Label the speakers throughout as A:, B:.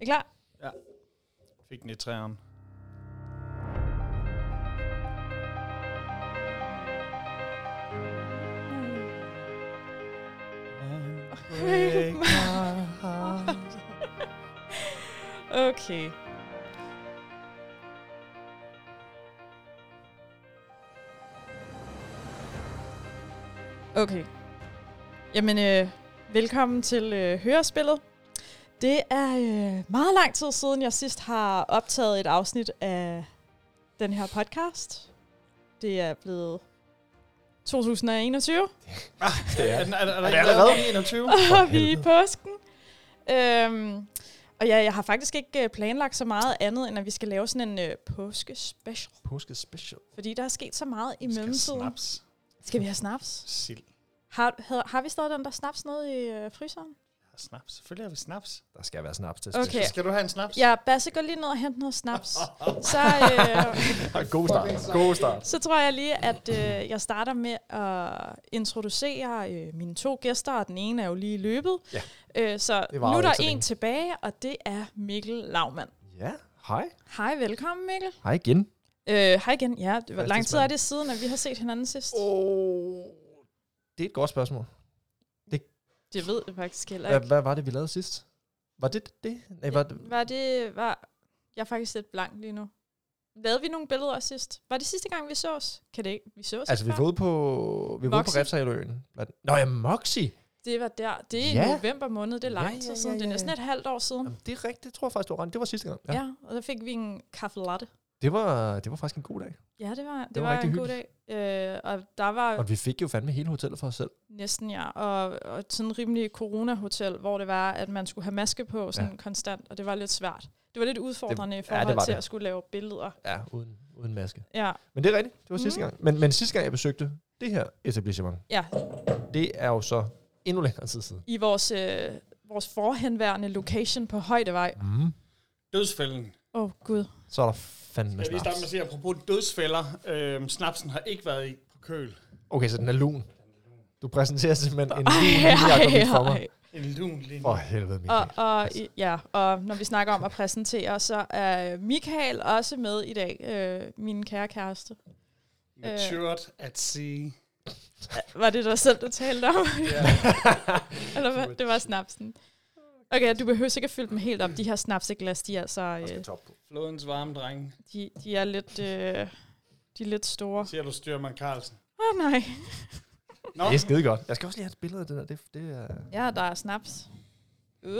A: Er I klar?
B: Fik den i træerne.
A: Break my Okay. Okay. Jamen, øh, velkommen til øh, Hørespillet. Det er øh, meget lang tid siden, jeg sidst har optaget et afsnit af den her podcast. Det er blevet 2021.
B: Det er, er, den- er, er,
C: Er
B: er,
C: det
B: er
C: allerede?
B: allerede 21?
A: og vi er i påsken. Øhm, og ja, jeg har faktisk ikke øh, planlagt så meget andet, end at vi skal lave sådan en øh, påskespecial.
B: Påske special.
A: Fordi der er sket så meget i
B: Skal
A: mellemtiden.
B: snaps.
A: Skal vi have snaps?
B: Sild.
A: Har, havde, har vi stadig den der snaps nede i øh, fryseren?
B: Snaps. Selvfølgelig har vi snaps.
C: Der skal være snaps til
A: Okay.
B: Skal du have en snaps?
A: Ja, Basse, gå lige ned og hent noget snaps. Så, øh,
C: God start. God start.
A: så tror jeg lige, at øh, jeg starter med at introducere øh, mine to gæster, og den ene er jo lige løbet.
C: Ja.
A: Øh, så nu
C: Det var jo
A: er der
C: ikke så
A: en
C: længe.
A: tilbage, og det er Mikkel Laumann.
C: Ja, hej.
A: Hej, velkommen Mikkel.
C: Hej igen.
A: Øh, hej igen. Ja, hvor
C: Første
A: lang tid er
C: spand.
A: det siden, at vi har set hinanden sidst? Oh.
C: Oh. Det er et godt spørgsmål.
A: Det ved jeg faktisk heller
C: Hvad,
A: ikke.
C: hvad var det, vi lavede sidst? Var det det? Nej, var det?
A: Var det... Var, jeg er faktisk lidt blank lige nu. Lavede vi nogle billeder sidst? Var det sidste gang, vi sås? Kan det ikke? Vi sås
C: Altså, vi
A: ikke
C: var
A: før.
C: ude på, vi var ude på
A: Moxie.
C: Refsaløen. Nå ja, Moxie.
A: Det var der. Det er i
C: Ja.
A: november måned. Det er
C: Ja,
A: lang
C: ja,
A: tid
C: ja,
A: siden. Det er
C: ja,
A: næsten
C: ja.
A: et halvt år siden.
C: Jamen, det er rigtigt, det tror jeg faktisk, du var ret. Det var sidste gang.
A: Ja, og der fik vi en kaffe latte.
C: Det, var, det var faktisk en god dag.
A: Ja, det var, det
C: var
A: var, en
C: rigtig
A: god dag. Øh, og der var
C: Og vi fik jo fandme hele hotellet for os selv.
A: næsten, ja, og, og sådan en rimelig corona-hotel, hvor det var, at man skulle have maske på sådan ja. konstant, og det var lidt svært. Det var lidt udfordrende det, i
C: ja, det
A: forhold
C: var
A: til
C: det.
A: at skulle lave billeder.
C: Ja, uden, uden maske.
A: Ja,
C: Men det er rigtigt, det var sidste
A: Mhm.
C: gang. Men, men sidste gang, jeg besøgte det her etablissement,
A: ja
C: det er jo så endnu længere tid siden.
A: i vores, øh, vores forhenværende location på Højdevej.
C: Mm.
B: Dødsfælden.
A: Åh, oh, Gud.
C: Så er der fandme
B: Jeg vil lige starte med
C: snaps.
B: at sige, apropos dødsfælder, øhm, snapsen har ikke været i på køl.
C: Okay, så den er lun. Du præsenterer simpelthen en
A: Ej,
C: lun lille jakob lige for mig.
A: ej.
B: En lun lige nu.
C: For helvede, Mikkel.
A: Og, og, i- ja, og når vi snakker om at præsentere, så er Michael også med i dag, øh, min kære kæreste.
B: Matured at sea.
A: Var det dig selv, der talte om? Eller hvad? Det var snapsen. Okay, du behøver ikke at fylde dem helt op. De her snapseglas, de er altså... Øh,
C: top.
B: Flodens varme dreng.
A: de, de er lidt... Øh, de er lidt store.
B: Siger du styrmand Carlsen.
A: Åh oh, nej.
B: Nå,
C: Det er skide godt. Jeg skal også lige have et billede af det der. Det, det er...
A: Ja, der er snaps. Up.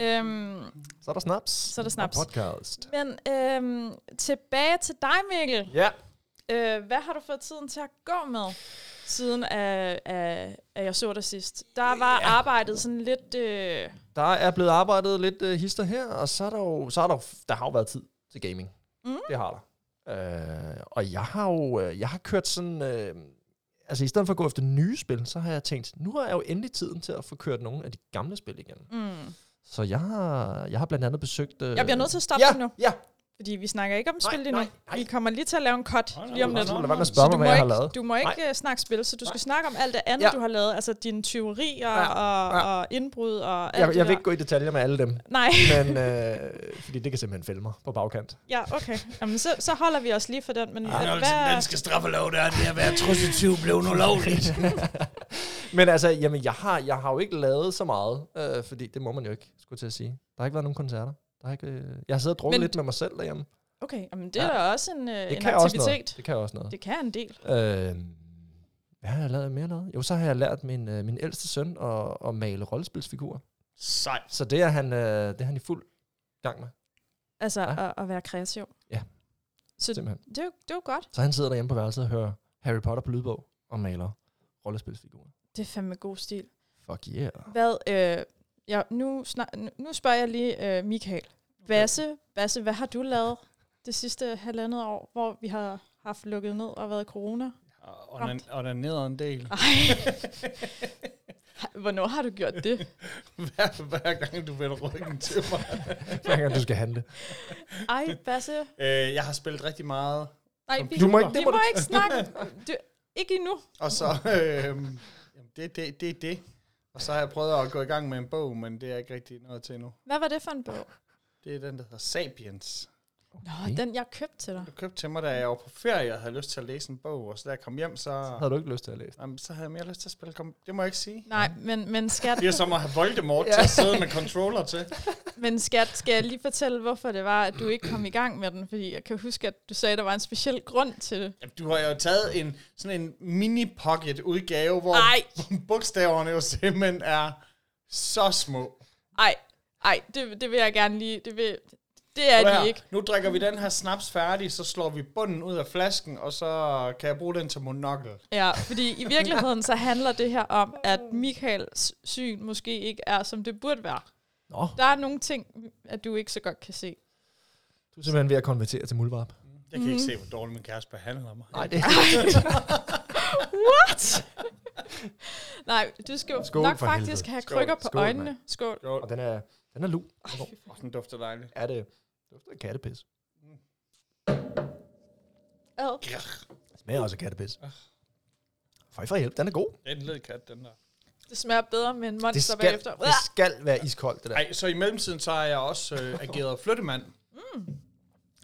A: Øhm,
C: Så er der snaps.
A: Så er der snaps.
C: Og podcast.
A: men øhm, tilbage til dig, Mikkel.
C: Ja.
A: Øh, hvad har du fået tiden til at gå med, siden at, at, at jeg så dig sidst? Der var arbejdet sådan lidt... Øh,
C: Der er blevet arbejdet lidt øh, hister her, og så er der jo, så er der, jo- der har jo været tid til gaming.
A: Mm.
C: Det har der. Øh, og jeg har jo øh, jeg har kørt sådan... Øh, altså i stedet for at gå efter nye spil, så har jeg tænkt, nu har jeg jo endelig tiden til at få kørt nogle af de gamle spil igen.
A: mm.
C: Så jeg har, jeg har blandt andet besøgt... Øh,
A: Jeg bliver nødt til at stoppe
C: ja,
A: dig nu.
C: Ja,
A: Fordi vi snakker ikke om spil
C: Nej,
A: lige nu.
C: nej, nej.
A: Vi kommer lige til at lave en cut
B: Nej, nej,
A: lige om
B: nej,
A: lidt.
C: Så
B: nej.
C: lad være med at
A: Så
C: spørge
A: du
C: mig, hvad
A: må,
C: jeg har
A: ikke,
C: lavet.
A: du må ikke øh, snakke spil, så du skal snakke om alt det andet,
C: Ja.
A: du har lavet. Altså dine tyverier
C: Ja,
A: og,
C: ja.
A: og indbrud og alt
C: Jeg,
A: det
C: jeg vil
A: der.
C: ikke gå i detaljer med alle dem,
A: Nej,
C: men, øh, fordi det kan simpelthen fælde mig på bagkant.
A: ja, okay. Jamen, så, så holder vi os lige for den. Men øh,
B: Den
A: hvad,
B: danske straffelov, der er det at være trusseltyv, blev nu lovligt.
C: Men altså, jamen, jeg har, jeg har jo ikke lavet så meget, øh, fordi det må man jo ikke, skulle jeg til at sige. Der har ikke været nogen koncerter. Der har ikke, øh, jeg har siddet og drukket
A: Men-
C: lidt med mig selv derhjemme.
A: okay, jamen, det er
C: Ja.
A: da også en, øh,
C: Det
A: en
C: kan også noget.
A: aktivitet.
C: Det kan også noget.
A: Det kan en del.
C: Øh, hvad har jeg lavet mere noget? Jo, så har jeg lært min, øh, min ældste søn at, at male rollespilsfigurer.
B: Sejt.
C: Så det er han, øh, det er han i fuld gang med,
A: Altså
C: Ja.
A: at, at være kreativ.
C: Ja.
A: Så det,
C: simpelthen.
A: er jo- det er jo godt.
C: Så han sidder derhjemme på værelset og hører Harry Potter på lydbog og maler rollespilsfigurer.
A: Det er fandme god stil.
C: Fuck yeah.
A: Hvad, øh, ja, nu, snak, nu- nu spørger jeg lige øh, Michael. Basse, Basse, hvad har du lavet det sidste halvandet år, hvor vi har haft lukket ned og været corona?
B: Og, og, den, og den neder en del.
A: Ej. Hvornår har du gjort det?
B: Hver, hver gang du vender ryggen til mig.
C: Hver gang du skal handle.
A: Ej, Basse.
B: Øh, jeg har spillet rigtig meget.
A: Nej, vi,
C: Du må ikke-
A: vi
C: det må
A: må
C: du-
A: ikke snakke. Du, ikke endnu.
B: Og så, øh, øhm, det er det, det, er det. Og så har jeg prøvet at gå i gang med en bog, men det er ikke rigtig noget til endnu.
A: Hvad var det for en bog?
B: Det er den, der hedder Sapiens.
A: Nå, den jeg købte til dig.
B: Du købte til mig, da jeg var på ferie og havde lyst til at læse en bog, og så da jeg kom hjem, så,
C: Havde du ikke lyst til at læse?
B: jamen, så havde jeg mere lyst til at spille kom- Det må jeg ikke sige.
A: Nej, men, men, skat,
B: Det er som at have Voldemort til at sidde med controller til.
A: men skat, skal jeg lige fortælle, hvorfor det var, at du ikke kom i gang med den? Fordi jeg kan huske, at du sagde, at der var en speciel grund til det.
B: Jamen, du har jo taget en sådan en mini-pocket-udgave, hvor
A: Nej,
B: bogstaverne jo simpelthen er så små.
A: nej, nej, det, det vil jeg gerne lige... Det, vil, det er
B: Prøv her.
A: de ikke.
B: Nu drikker vi den her snaps færdig, så slår vi bunden ud af flasken, og så kan jeg bruge den til monokkel.
A: Ja, fordi i virkeligheden så handler det her om, at Michaels syn måske ikke er, som det burde være.
C: Nå,
A: Der er nogle ting, at du ikke så godt kan se.
C: du er simpelthen ved at konvertere til muldvarp.
B: Jeg kan mm. ikke se, hvor dårligt min kæreste behandler mig.
C: Nej, det
A: What? Nej, du skal jo
C: Skål
A: nok
C: for
A: faktisk
C: helvede.
A: have
B: Skål.
A: krykker på
C: Skål,
A: øjnene.
C: mand.
A: Skål.
B: Jo,
C: Og den er, den er lun.
B: oh, den dufter dejligt.
C: Er det dufter af kattepis?
A: Ad.
C: Smager også af kattepis. Føj for hjælp, den er god.
B: Det er en led kat, den der.
A: Det smager bedre med en
C: Det
A: monster
C: skal,
A: bagefter.
C: det skal være iskoldt, det der.
B: Ej, så i mellemtiden så har jeg også øh, ageret flyttemand. Mm.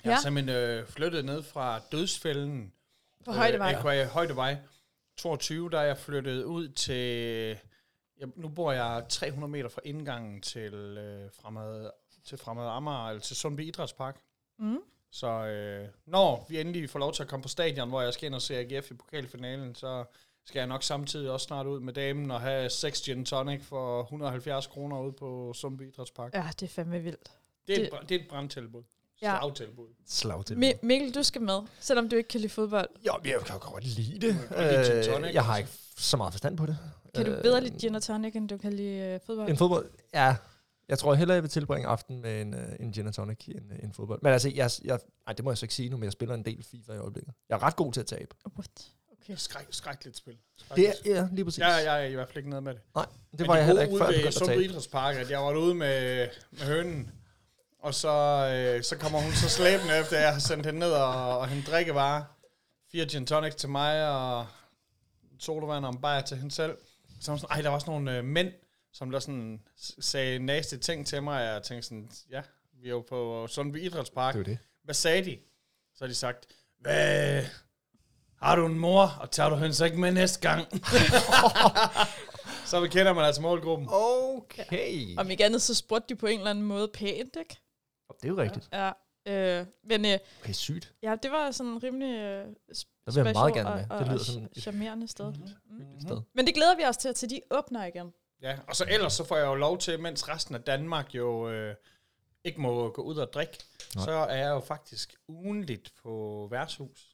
B: Jeg har
A: Ja.
B: simpelthen øh, flyttet ned fra dødsfælden.
A: På højde vej.
B: Øh, AKA Højdevej 22, der er jeg flyttet ud til... Ja, nu bor jeg 300 meter fra indgangen til øh, fremad, til fremad Amager, eller til Sundby Idrætspark.
A: Mm.
B: Så øh, når vi endelig får lov til at komme på stadion, hvor jeg skal ind og se AGF i pokalfinalen, så skal jeg nok samtidig også snart ud med damen og have 6 gin tonic for 170 kroner ude på Sundby Idrætspark. Ja.
A: Ja, det er fandme vildt.
B: Det, er
A: det-
B: et, br- det er et brandtilbud.
A: Ja.
B: Ja. Slagtilbud.
C: Slag til.
A: Mi- Mikkel, du skal med, selvom du ikke kan lide fodbold.
C: Jo, jeg kan jo godt lide det.
B: Du kan godt lide gin tonic.
C: Øh, Jeg har ikke så meget forstand på det.
A: altså. Kan du
C: Øh,
A: bedre lide gin og tonic, end du kan lide øh, fodbold?
C: En fodbold? Ja. Jeg tror hellere, jeg vil tilbringe aften med en, øh, en gin and tonic end øh, en fodbold. Men altså, jeg, jeg, ej, det må jeg så ikke sige nu, men jeg spiller en del FIFA i øjeblikket. Jeg er ret god til at tabe.
A: What? Okay.
B: Skræk, skrækkeligt spil.
C: Det
B: Skrækkeligt.
C: er, ja, lige præcis.
B: Ja, jeg er i hvert fald ikke nede med det.
C: Det var jeg heller ikke, før jeg
B: jeg
C: begyndte at
B: Sundby
C: tabe.
B: Idrætspark, at jeg var ude med, med hønen, og så, øh, så kommer hun så slæbende, efter jeg har sendt hende ned og, og hende drikkevarer. Fire gin tonics til mig, og en sodavand og en bajer til hende selv. Så var hun sådan, ej, der var sådan nogle øh, mænd, som der sådan s- sagde næste ting til mig, og jeg tænkte sådan, ja, vi er jo på Sundby Idrætspark.
C: Det er jo det.
B: Hvad sagde de? Så har de sagt, hvad... Har du en mor, og tager du hende så ikke med næste gang? så bekender man altså målgruppen.
C: Okay.
A: Om ikke andet, så spurgte de på en eller anden måde pænt, ikke?
C: Det er jo rigtigt.
A: Ja. Øh, men øh,
C: Okay, sygt.
A: ja, det var sådan rimelig øh,
C: Der
A: special
C: vil jeg meget gerne med.
A: og,
C: Det lyder
A: og
C: sådan et-
A: charmerende sted. Mm.
C: Et sted.
A: Men det glæder vi os til, at til de åbner igen.
B: Ja, og så ellers så får jeg jo lov til, mens resten af Danmark jo øh, ikke må gå ud og drikke,
C: Nej.
B: så er jeg jo faktisk ugenligt på værtshus.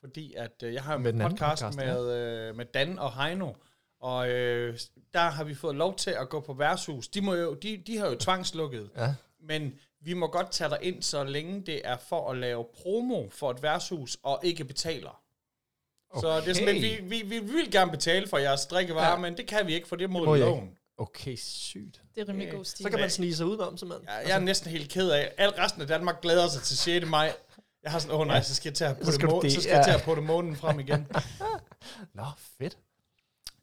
B: Fordi at øh, jeg har jo med
C: Med den
B: en
C: anden
B: podcast,
C: podcast,
B: podcast med, øh, med Dan og Heino, og øh, der har vi fået lov til at gå på værtshus. De, må jo, de, de har jo tvangslukket,
C: Ja.
B: men vi må godt tage dig ind, så længe det er for at lave promo for et værtshus, og ikke betaler. Okay. Så det er sådan, at vi, vi, vi vil gerne betale for jeres drikkevarer,
C: Ja.
B: ja. men det kan vi ikke, for det er
C: må
B: mod
C: jeg
B: loven.
C: Okay, sygt.
A: Det er rimelig
B: Øh,
A: god stil.
C: Så kan man snige sig ud om, simpelthen.
B: Jeg, jeg er næsten helt ked af, alt resten af Danmark glæder sig til 6. maj. Jeg har sådan, åh oh, nej, så skal jeg til at putte,
C: skal du
B: må-
C: det,
B: så skal jeg
C: ja.
B: til at putte månen frem igen.
C: Nå, fedt.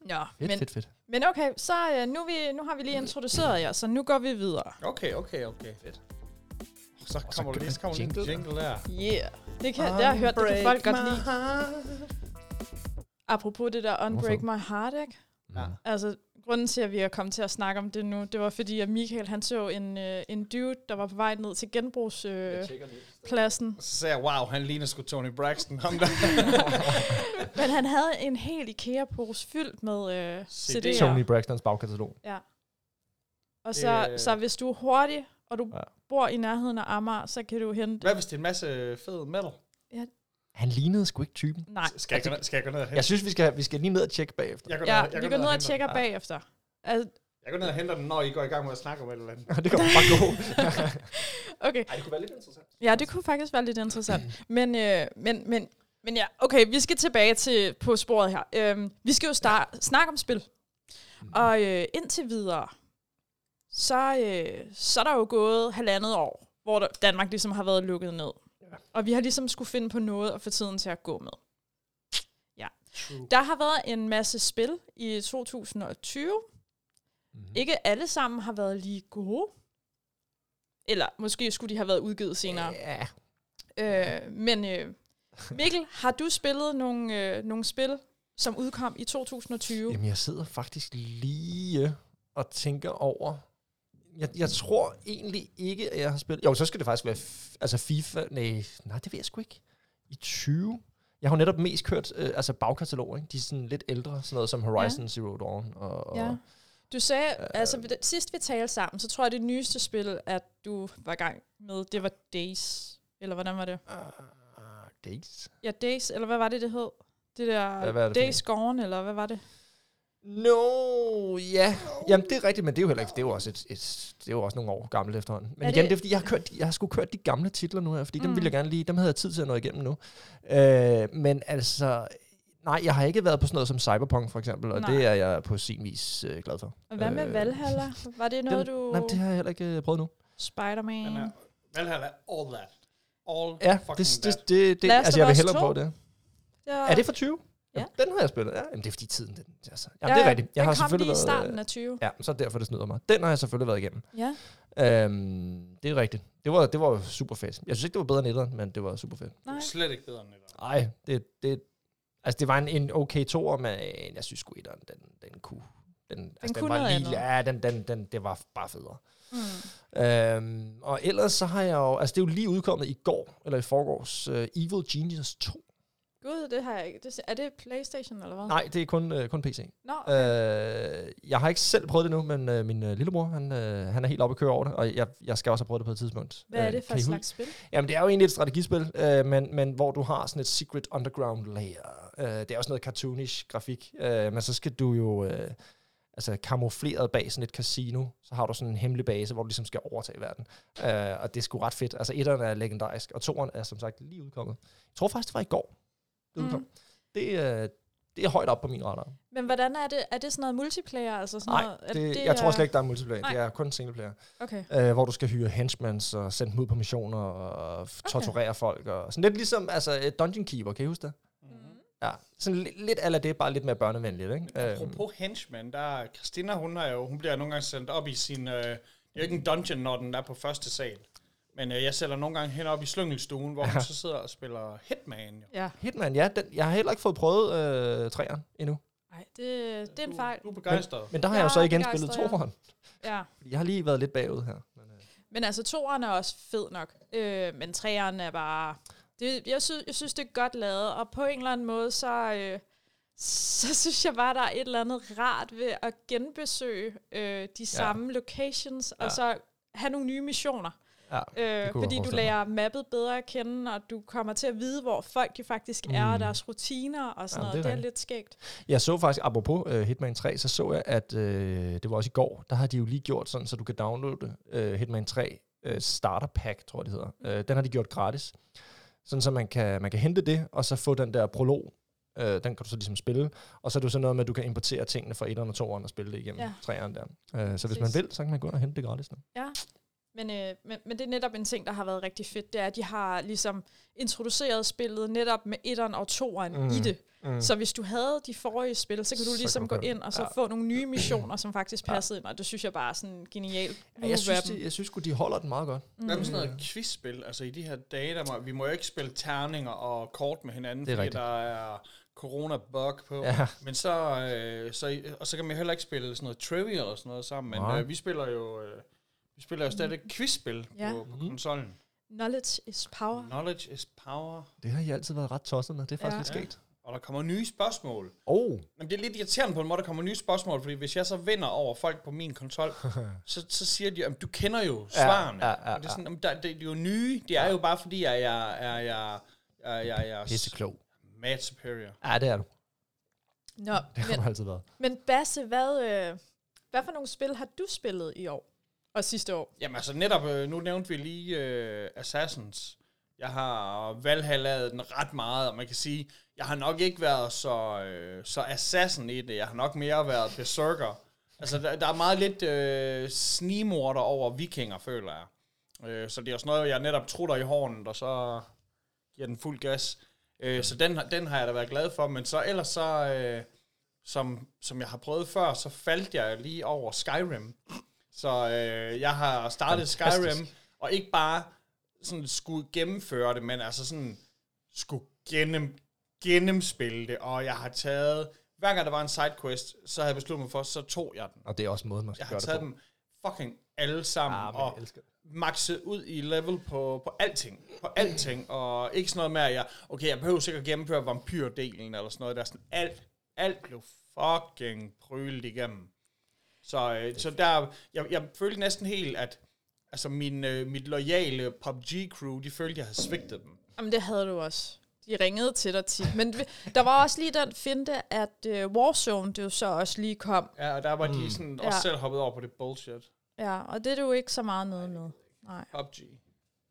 A: Ja,
C: Fedt,
A: men,
C: fedt, fedt.
A: men okay, så øh, nu, er vi, nu har vi lige introduceret jer, så nu går vi videre.
B: Okay, okay, okay. Fedt. Så
C: Og så
B: kommer der
C: gør
B: lige, så kommer
C: jingle.
B: jingle. jingle der.
A: Yeah. Det, kan, det har jeg hørt, det kan folk godt lide. Apropos det der Unbreak My Heart, ikke?
B: Ja.
C: Mm.
A: Altså, grunden til, at vi er kommet til at snakke om det nu, det var fordi, at Michael, han så en, øh, en dude, der var på vej ned til genbrugspladsen. Øh, pladsen.
B: Så sagde jeg, wow, han ligner sgu Tony Braxton. Ham der.
A: Men han havde en hel IKEA-pose fyldt med øh,
B: CD'er.
A: CD'er.
C: Tony Braxtons bagkatalog.
A: Og så,
B: Det-
A: så hvis du er hurtig, og du
C: Ja.
A: ja. bor i nærheden af Amager, så kan du hente...
B: Hvad hvis det er en masse øh, fed metal?
C: Han lignede sgu ikke typen.
A: Nej,
B: Skal jeg, gå ned- skal jeg gå ned og hente?
C: Jeg synes, vi skal, vi skal lige ned og tjekke bagefter.
B: Jeg går ned,
A: ja,
B: jeg
A: vi går ned og
B: henter
A: tjekker
C: Ja.
A: bagefter. Altså,
B: den. Jeg går ned og henter den, når I går i gang med at snakke om et eller andet.
C: det kommer bare gå.
A: okay,
C: Ej, det kunne være lidt interessant.
A: ja, det kunne faktisk være lidt interessant. Men, øh, men, men, men ja, okay, vi skal tilbage til på sporet her. Øhm, vi skal jo start, snakke om spil. Og øh, indtil videre, så, øh, så er der jo gået halvandet år, hvor der- Danmark ligesom har været lukket ned.
C: Ja.
A: Og vi har ligesom skulle finde på noget at få tiden til at gå med.
B: True.
A: Der har været en masse spil i 2020,
C: Mm-hmm.
A: Ikke alle sammen har været lige gode. Eller måske skulle de have været udgivet senere.
C: Ja.
A: Øh, men øh, Mikkel, har du spillet nogle, øh, nogle spil, som udkom i 2020?
C: Jamen, jeg sidder faktisk lige og tænker over... Jeg, jeg tror egentlig ikke, at jeg har spillet... Jo, så skal det faktisk være f- altså FIFA. Nej, nej, det ved jeg sgu ikke. I 20... Jeg har jo netop mest kørt øh, altså bagkataloger, ikke? De er sådan lidt ældre, sådan noget som Horizon ja. Zero Dawn. Og, og,
A: Ja. Du sagde, øh, altså ved det- sidst vi talte sammen, så tror jeg, det nyeste spil, at du var i gang med, det var Days. Eller hvordan var det?
C: Uh, days?
A: Ja, Days, eller hvad var det, det hed? Det der
C: Hvad- hvad er det for
A: Days Gone, eller hvad var det?
C: No, ja. Jamen, det er rigtigt, men det er jo heller ikke, det er jo også, et, et, det er jo også nogle år gammelt efterhånden. Men
A: Er
C: er igen,
A: det-
C: det, det er fordi, jeg har, kørt, jeg har sgu kørt de gamle titler nu her, fordi mm.
A: Mm.
C: dem ville jeg gerne lige, dem havde jeg tid til at nå igennem nu. Øh, men altså, nej, jeg har ikke været på sådan noget som Cyberpunk for eksempel, og nej.
A: Nej.
C: det er jeg på sin vis øh, glad for.
A: Og hvad med
C: Øh,
A: Valhalla? Var det noget,
C: den-
A: du...
C: Nej, det har jeg heller ikke øh, prøvet nu.
B: Den
A: Spider-Man?
B: er, øh, Valhalla, all that. All
C: Ja,
B: fucking
C: det,
B: that.
C: det, det, det
A: Last of
C: altså jeg vil
A: Us
C: hellere
A: 2.
C: prøve det.
A: Ja.
C: Er det for 20?
A: Ja.
C: Den har jeg spillet, ja. Jamen, det er fordi tiden, den, altså. Jamen, det er rigtigt. Jeg
A: den
C: har
A: kom
C: selvfølgelig
A: lige i
C: været,
A: starten
C: øh,
A: af 20.
C: Ja, så er det derfor, det snyder mig. Den har jeg selvfølgelig været igennem.
A: Ja.
C: Øhm, det er rigtigt. Det var, det var jo super fedt. Jeg synes ikke, det var bedre end etteren, men det var super fedt.
B: Det
A: Nej.
B: er slet ikke bedre end det.
C: Nej, det, det, altså det var en, en okay toer, men øh, jeg synes sgu etteren, den, den kunne. Den, den, altså,
A: kunne
C: den var
A: noget
C: lige,
A: andet.
C: Ja, den, den, den, det var bare federe.
A: Mm.
C: Øhm, og ellers så har jeg jo, altså det er jo lige udkommet i går, eller i forgårs, uh, Evil Genius 2.
A: Gud, det har jeg ikke. Det, er det Playstation, eller hvad?
C: Nej, det er kun, uh, kun PC.
A: Nå,
C: Øh, jeg har ikke selv prøvet det nu, men øh, min øh, lillebror, han, øh, han er helt oppe at køre over det, og jeg, jeg skal også have prøvet det på et tidspunkt.
A: hvad er
C: Øh,
A: det for
C: kan I
A: et
C: huske-
A: slags spil?
C: Jamen, det er jo egentlig et strategispil, øh, men, men hvor du har sådan et secret underground layer. Øh, det er også noget cartoonish grafik, øh, men så skal du jo... Øh, altså kamufleret bag sådan et casino, så har du sådan en hemmelig base, hvor du ligesom skal overtage verden. Øh, og det er sgu ret fedt. Altså etteren er legendarisk, og toeren er som sagt lige udkommet. Jeg tror faktisk, det var i går, det
A: Mm.
C: udkom. Det, øh, det er højt op på min radar.
A: Men hvordan er det? Er det sådan noget multiplayer? Altså sådan
C: Nej,
A: noget, er
C: det, jeg tror
A: er-
C: slet ikke, der er multiplayer.
A: Nej.
C: Det er kun singleplayer.
A: Okay.
C: øh, hvor du skal hyre henchmans og sende dem ud på missioner og f-
A: Okay.
C: torturere folk. Og sådan lidt ligesom altså, øh, Dungeon Keeper, kan I huske det?
A: Mm.
B: Mm-hmm.
C: Ja, sådan li- lidt ala det, bare lidt mere børnevenligt, ikke? Øhm,
B: Apropos henchman, der Christina, hun, er jo, hun bliver nogle gange sendt op i sin... Øh, det er jo ikke en dungeon, når den er på første sal. Men øh, jeg sætter nogle gange hen op i slyngelstuen, hvor hun så sidder og spiller Hitman. Jo.
A: Ja.
C: Hitman, ja, den, jeg har heller ikke fået prøvet øh, træeren endnu.
A: Nej, det, det er en fejl.
B: Du, du er begejstret.
C: Men der har
A: Jeg
C: jeg jo så
A: er
C: igen
A: begejstret,
C: spillet
A: ja.
C: toeren.
A: Ja.
C: Jeg har lige været lidt bagud her. Men, øh,
A: Men altså, toeren er også fed nok. Øh, men treeren er bare... Det, jeg, sy- jeg synes, det er godt lavet, og på en eller anden måde, så, øh, så synes jeg bare, der er et eller andet rart ved at genbesøge øh, de samme locations, og
C: Ja.
A: så have nogle nye missioner.
C: ja.
A: Øh,
C: jeg godt
A: fordi du
C: forestille
A: lærer mappet bedre at kende, og du kommer til at vide, hvor folk de faktisk mm. er, og
C: Mm.
A: deres rutiner og sådan
C: Jamen,
A: noget. Det
C: det
A: er,
C: er
A: det er lidt skægt.
C: Jeg så faktisk, apropos uh, Hitman 3, så så jeg, at uh, det var også i går, der har de jo lige gjort sådan, så du kan downloade uh, Hitman 3 uh, Starter Pack, tror jeg det hedder. Uh, den har de gjort gratis. Sådan så man kan, man kan hente det, og så få den der prolog. Uh, den kan du så ligesom spille. Og så er det jo sådan noget med, at du kan importere tingene fra 1'eren og 2'eren og spille det igennem
A: Ja.
C: 3'eren der. Uh, så hvis man
A: Præcis.
C: vil, så kan man gå ind og hente det gratis nu.
A: Men, øh, men, men det er netop en ting, der har været rigtig fedt, det er, at de har ligesom introduceret spillet netop med etteren og toeren mm.
C: Mm.
A: i det.
C: Mm.
A: Så hvis du havde de forrige spil, så kan du
C: Så
A: ligesom
C: kan
A: gå
C: du gøre
A: ind og så
C: Ja.
A: få nogle nye missioner, som faktisk
C: Ja.
A: passede ind, og det synes jeg bare er sådan genialt. Mm.
C: Ja, jeg, synes, de, jeg synes sgu, de holder den meget godt.
B: Hvad med sådan noget quizspil? Altså i de her dage, der må, vi må jo ikke spille terninger og kort med hinanden,
C: Det er
B: fordi
C: rigtigt.
B: der er corona-bug på.
C: Ja.
B: Men så, øh, så, og så kan man heller ikke spille sådan noget trivia og sådan noget sammen, men
C: Nej. Mm.
B: øh, vi spiller jo... Øh, vi spiller jo stadig quizspil
A: Ja.
B: ja. på, på
C: Mhm.
B: konsollen.
A: Knowledge is power.
B: Knowledge is power.
C: Det har jeg altid været ret tosset med. Det er faktisk
A: Ja.
C: ja. lidt skægt.
B: Og der kommer nye spørgsmål.
C: Oh,
B: Men det er lidt irriterende på en måde, der kommer nye spørgsmål, fordi hvis jeg så vinder over folk på min konsol, så, så siger de, at du kender jo svarene.
C: ja, ja,
B: og det er sådan, "Jamen, der, det, det er jo nye. Det er jo bare fordi, jeg, jeg, jeg, jeg, jeg, jeg, jeg er
C: pisseklog.
B: mad superior.
C: Ja, det er du.
A: Nå,
C: Det har
A: men,
C: du altid været.
A: men Basse, hvad, øh, hvad for nogle spil har du spillet i år? Og sidste år?
B: Jamen altså netop, øh, nu nævnte vi lige øh, Assassins. Jeg har valghalladet den ret meget, og man kan sige, jeg har nok ikke været så, øh, så assassin i det. Jeg har nok mere været berserker. Altså, der, der er meget lidt øh, snigmorder over vikinger, føler jeg. Øh, så det er også noget, jeg netop trutter i hornet, og så giver den fuld gas. Øh, så den, har- den har jeg da været glad for, men så ellers så... Øh, som, som jeg har prøvet før, så faldt jeg lige over Skyrim. Så øh, jeg har startet
C: Fantastisk.
B: Skyrim, og ikke bare sådan skulle gennemføre det, men altså sådan skulle gennem, gennemspille det, og jeg har taget... Hver gang der var en sidequest, så havde jeg besluttet mig for, så tog jeg den.
C: Og det er også måden, man skal
B: Jeg
C: gøre
B: har
C: det
B: taget
C: på.
B: dem fucking alle sammen,
C: Ah, men jeg
B: og
C: elsker det.
B: maxet ud i level på, på alting. På alting, og ikke sådan noget med, at jeg, okay, jeg behøver sikkert gennemføre vampyrdelen eller sådan noget. Der er sådan alt, alt blev fucking prylet igennem. Så, øh, så der, jeg, jeg følte næsten helt, at altså min, øh, mit loyale PUBG-crew, de følte, jeg havde svigtet dem.
A: Jamen, det havde du også. De ringede til dig tit. Men vi- der var også lige den finte, at øh, Warzone, det jo så også lige kom.
B: Ja, og der var mm. de sådan også
A: Ja.
B: selv hoppet over på det bullshit.
A: Ja, og det er du ikke så meget nede med. Nej.
B: PUBG.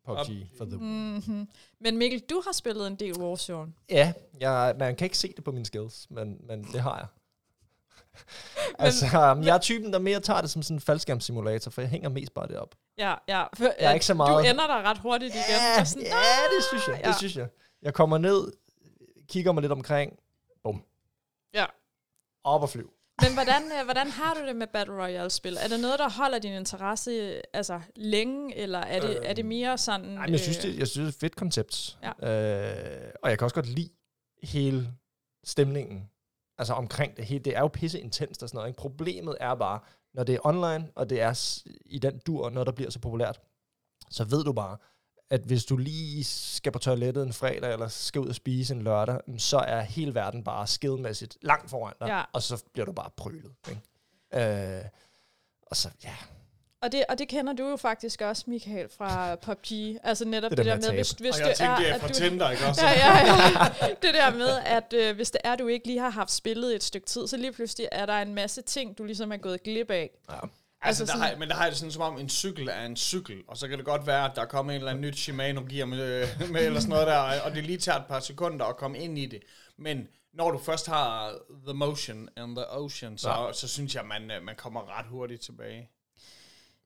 C: PUBG for the
A: Mm. Mhm. Men Mikkel, du har spillet en del Warzone.
C: Ja, jeg, man kan ikke se det på mine skills, men, men det har jeg. altså, men, jeg er typen, der mere tager det som sådan en faldskærmssimulator, for jeg hænger mest bare det op.
A: Ja, ja. For,
C: Jeg er ikke så meget-
A: Du ender der ret hurtigt igen.
C: Ja,
A: Og sådan, "Ah!"
C: ja, det synes jeg,
A: ja.
C: det synes jeg. Jeg kommer ned, kigger mig lidt omkring, bum,
A: ja.
C: op og flyv.
A: Men hvordan, øh, hvordan har du det med Battle Royale-spil? Er det noget, der holder din interesse øh, altså, længe, eller er det, er det mere sådan...
C: Øhm,
A: øh,
C: Ej, men jeg synes, det, jeg synes, det er et fedt koncept.
A: Ja.
C: Øh, og jeg kan også godt lide hele stemningen. Altså omkring det hele. Det er jo pisse intenst og sådan noget. Ikke? Problemet er bare, når det er online, og det er s- i den dur, når der bliver så populært, så ved du bare, at hvis du lige skal på toilettet en fredag, eller skal ud og spise en lørdag, mm, så er hele verden bare skidmæssigt langt foran dig,
A: Ja.
C: og så bliver du bare prylet. Ikke? Øh, og så, ja,
A: Og det, og det kender du jo faktisk også, Michael, fra PUBG. Altså netop
C: Det
A: det,
C: der
A: det
C: med
A: der med,
C: at tabe.
A: hvis, hvis
B: og
A: det
B: jeg tænkte,
A: er,
B: det er fra
A: at du...
B: Tinder, ikke også?
A: Ja, ja, ja. Det der med, at øh, hvis det er, du ikke lige har haft spillet et stykke tid, så lige pludselig er der en masse ting, du ligesom er gået glip af.
B: Altså,
A: Altså,
B: altså der
A: sådan-
B: har, men der har jeg det sådan, som om en cykel er en cykel, og så kan det godt være, at der er kommet en eller anden nyt Shimano-gear med, øh, med eller sådan noget der, og- og det lige tager et par sekunder at komme ind i det. Men når du først har the motion and the ocean, så, ja. så synes jeg, man, øh, man kommer ret hurtigt tilbage.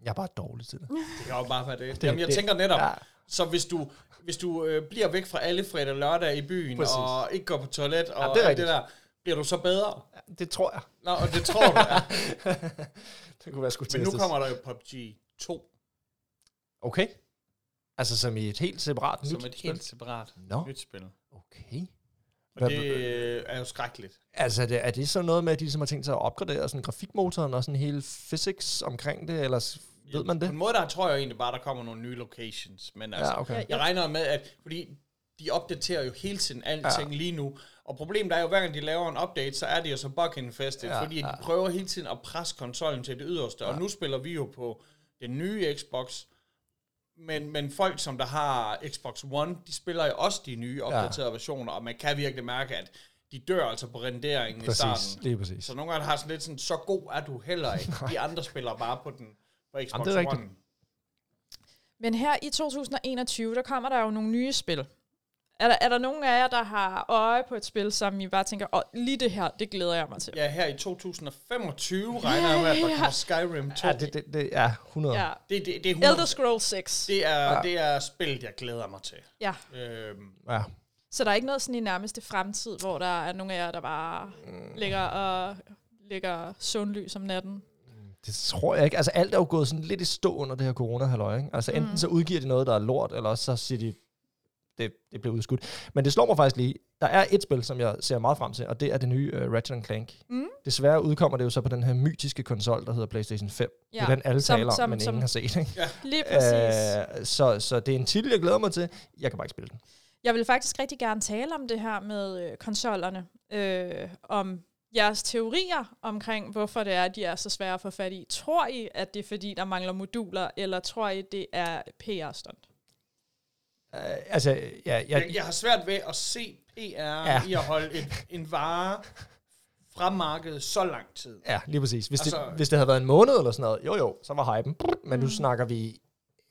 C: jeg er bare dårlig til det.
B: Det kan jo bare være det. Jamen, jeg
C: det-
B: tænker netop,
C: ja.
B: ja. så hvis du, hvis du øh, bliver væk fra alle fredag og lørdag i byen,
C: Præcis.
B: Præcis. og ikke går på toilet og
C: Ja, det er
B: ja, det, alt det
C: rigtigt.
B: der, bliver du så bedre?
C: Ja, det tror jeg.
B: Nå, og det tror du, ja.
C: Det kunne være sgu
B: Men nu
C: testes.
B: kommer der jo PUBG 2,
C: Okay. Altså som i et helt separat nyt
B: som et
C: spil?
B: helt separat
C: Nå,
B: nyt spil.
C: okay. Hvad-
B: Og det øh, er jo skrækkeligt.
C: Altså er det, er det så noget med, at de ligesom har tænkt sig at opgradere sådan grafikmotoren og sådan hele physics omkring det, eller s- ved man
B: På en
C: det?
B: måde, der tror jeg egentlig bare, der kommer nogle nye locations. Men altså,
C: Ja, okay.
B: jeg regner med, at fordi de opdaterer jo hele tiden alting ja. lige nu. Og problemet er jo, hver gang de laver en update, så er det jo så bug infested,
C: Ja,
B: ja, fordi ja. de prøver hele tiden at presse konsollen til det yderste. Ja. Og nu spiller vi jo på den nye Xbox, men, men folk, som der har Xbox One, de spiller jo også de nye opdaterede ja. versioner, og man kan virkelig mærke, at de dør altså på renderingen i starten.
C: Præcis, lige præcis.
B: Så nogle gange har sådan lidt sådan, så god er du heller ikke. De andre spiller bare på den på Xbox
C: det er
B: Jamen,
C: rigtigt.
B: One.
A: Men her i 2021, der kommer der jo nogle nye spil. Er der, er der nogen af jer, der har øje på et spil, som I bare tænker, åh, lige det her, det glæder jeg mig til?
B: Ja, her i 2025 regner jeg med, at der kommer Skyrim 2.
C: Ja,
B: Ja, det,
C: det, det, det er 100.
A: ja.
B: det, det, det, er 100,
A: Elder Scrolls 6.
B: det, er, det er spillet, jeg glæder mig til.
A: Ja.
B: Øhm,
C: ja.
A: Så der er ikke noget sådan i nærmeste fremtid, hvor der er nogle af jer, der bare ligger og ligger søvnløs om natten.
C: Det tror jeg ikke. Altså alt er jo gået sådan lidt i stå under det her corona ikke? Altså
A: Mm.
C: enten så udgiver de noget, der er lort, eller også så siger de, det, det bliver udskudt. Men det slår mig faktisk lige. Der er et spil, som jeg ser meget frem til, og det er det nye uh, Ratchet Clank. Mm. Desværre udkommer det jo så på den her mytiske konsol, der hedder PlayStation 5. Ja. Det er
A: Ja,
C: den, alle
A: som-
C: taler om,
A: som-
C: men
A: som-
C: ingen har set. Ikke?
A: Lige præcis.
C: Øh, så, så det er en titel, jeg glæder mig til. Jeg kan bare ikke spille den.
A: Jeg vil faktisk rigtig gerne tale om det her med øh, konsollerne. Øh, om jeres teorier omkring, hvorfor det er, at de er så svære at få fat i. Tror I, at det er fordi, der mangler moduler, eller tror I, det er PR-stunt?
C: Uh, altså, ja, jeg,
B: jeg, jeg har svært ved at se PR ja. i at holde et, en vare fra markedet så lang tid.
C: ja lige præcis. Hvis, altså,
B: Altså-
C: det, hvis det havde været en måned eller sådan noget, jo jo, så var hypen. Men nu snakker vi...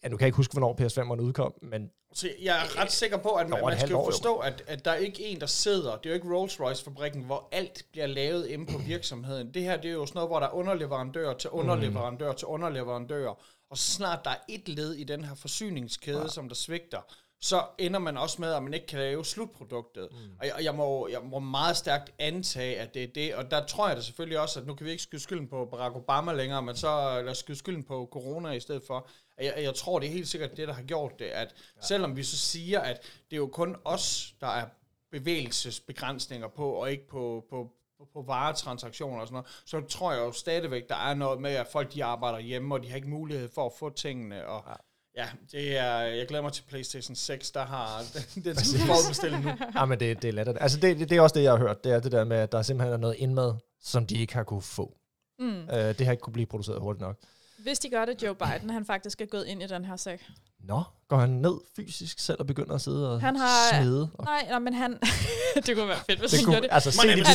C: Ja, nu kan jeg ikke huske, hvornår PS5'eren udkom, men
B: Så jeg er ret sikker på, at man,
C: over Øh, et
B: man skal
C: halvt år,
B: jo
C: jo.
B: forstå, at, at der er ikke en, der sidder. Det er jo ikke Rolls-Royce-fabrikken, hvor alt bliver lavet inde på virksomheden. Det her det er jo sådan noget, hvor der er underleverandører
C: Mm.
B: til underleverandører til underleverandører. Og så snart der er et led i den her forsyningskæde, ja. som der svigter, så ender man også med, at man ikke kan lave slutproduktet. Mm. Og, jeg, og jeg, må, jeg må meget stærkt antage, at det er det. Og der tror jeg da selvfølgelig også, at nu kan vi ikke skyde skylden på Barack Obama længere, men så lad os skyde skylden på corona i stedet for. Og Jeg, jeg tror, det er helt sikkert det, der har gjort det. At selvom vi så siger, at det er jo kun os, der er bevægelsesbegrænsninger på, og ikke på, på, på, på varetransaktioner og sådan noget, så tror jeg jo stadigvæk, der er noget med, at folk de arbejder hjemme, og de har ikke mulighed for at få tingene. Og ja. ja, det er, jeg glæder mig til PlayStation 6, der har den, den skal forudbestille nu.
C: Ja, Ah, men det, det er latterligt. Altså, det, det, det er også det, jeg har hørt. Det er det der med, at der simpelthen er noget indmad, som de ikke har kunne få.
A: Mm.
C: Øh, det har ikke kunne blive produceret hurtigt nok.
A: Hvis de gør det, Joe Biden, han faktisk er gået ind i den her sag.
C: Nå, går han ned fysisk selv og begynder at sidde og
A: Han har-
C: smede? Og
A: Nej, nej men han... det kunne være fedt, hvis
C: det
A: han gjorde
C: kunne,
A: det.
C: altså, se
B: Man
C: de
B: er
A: Han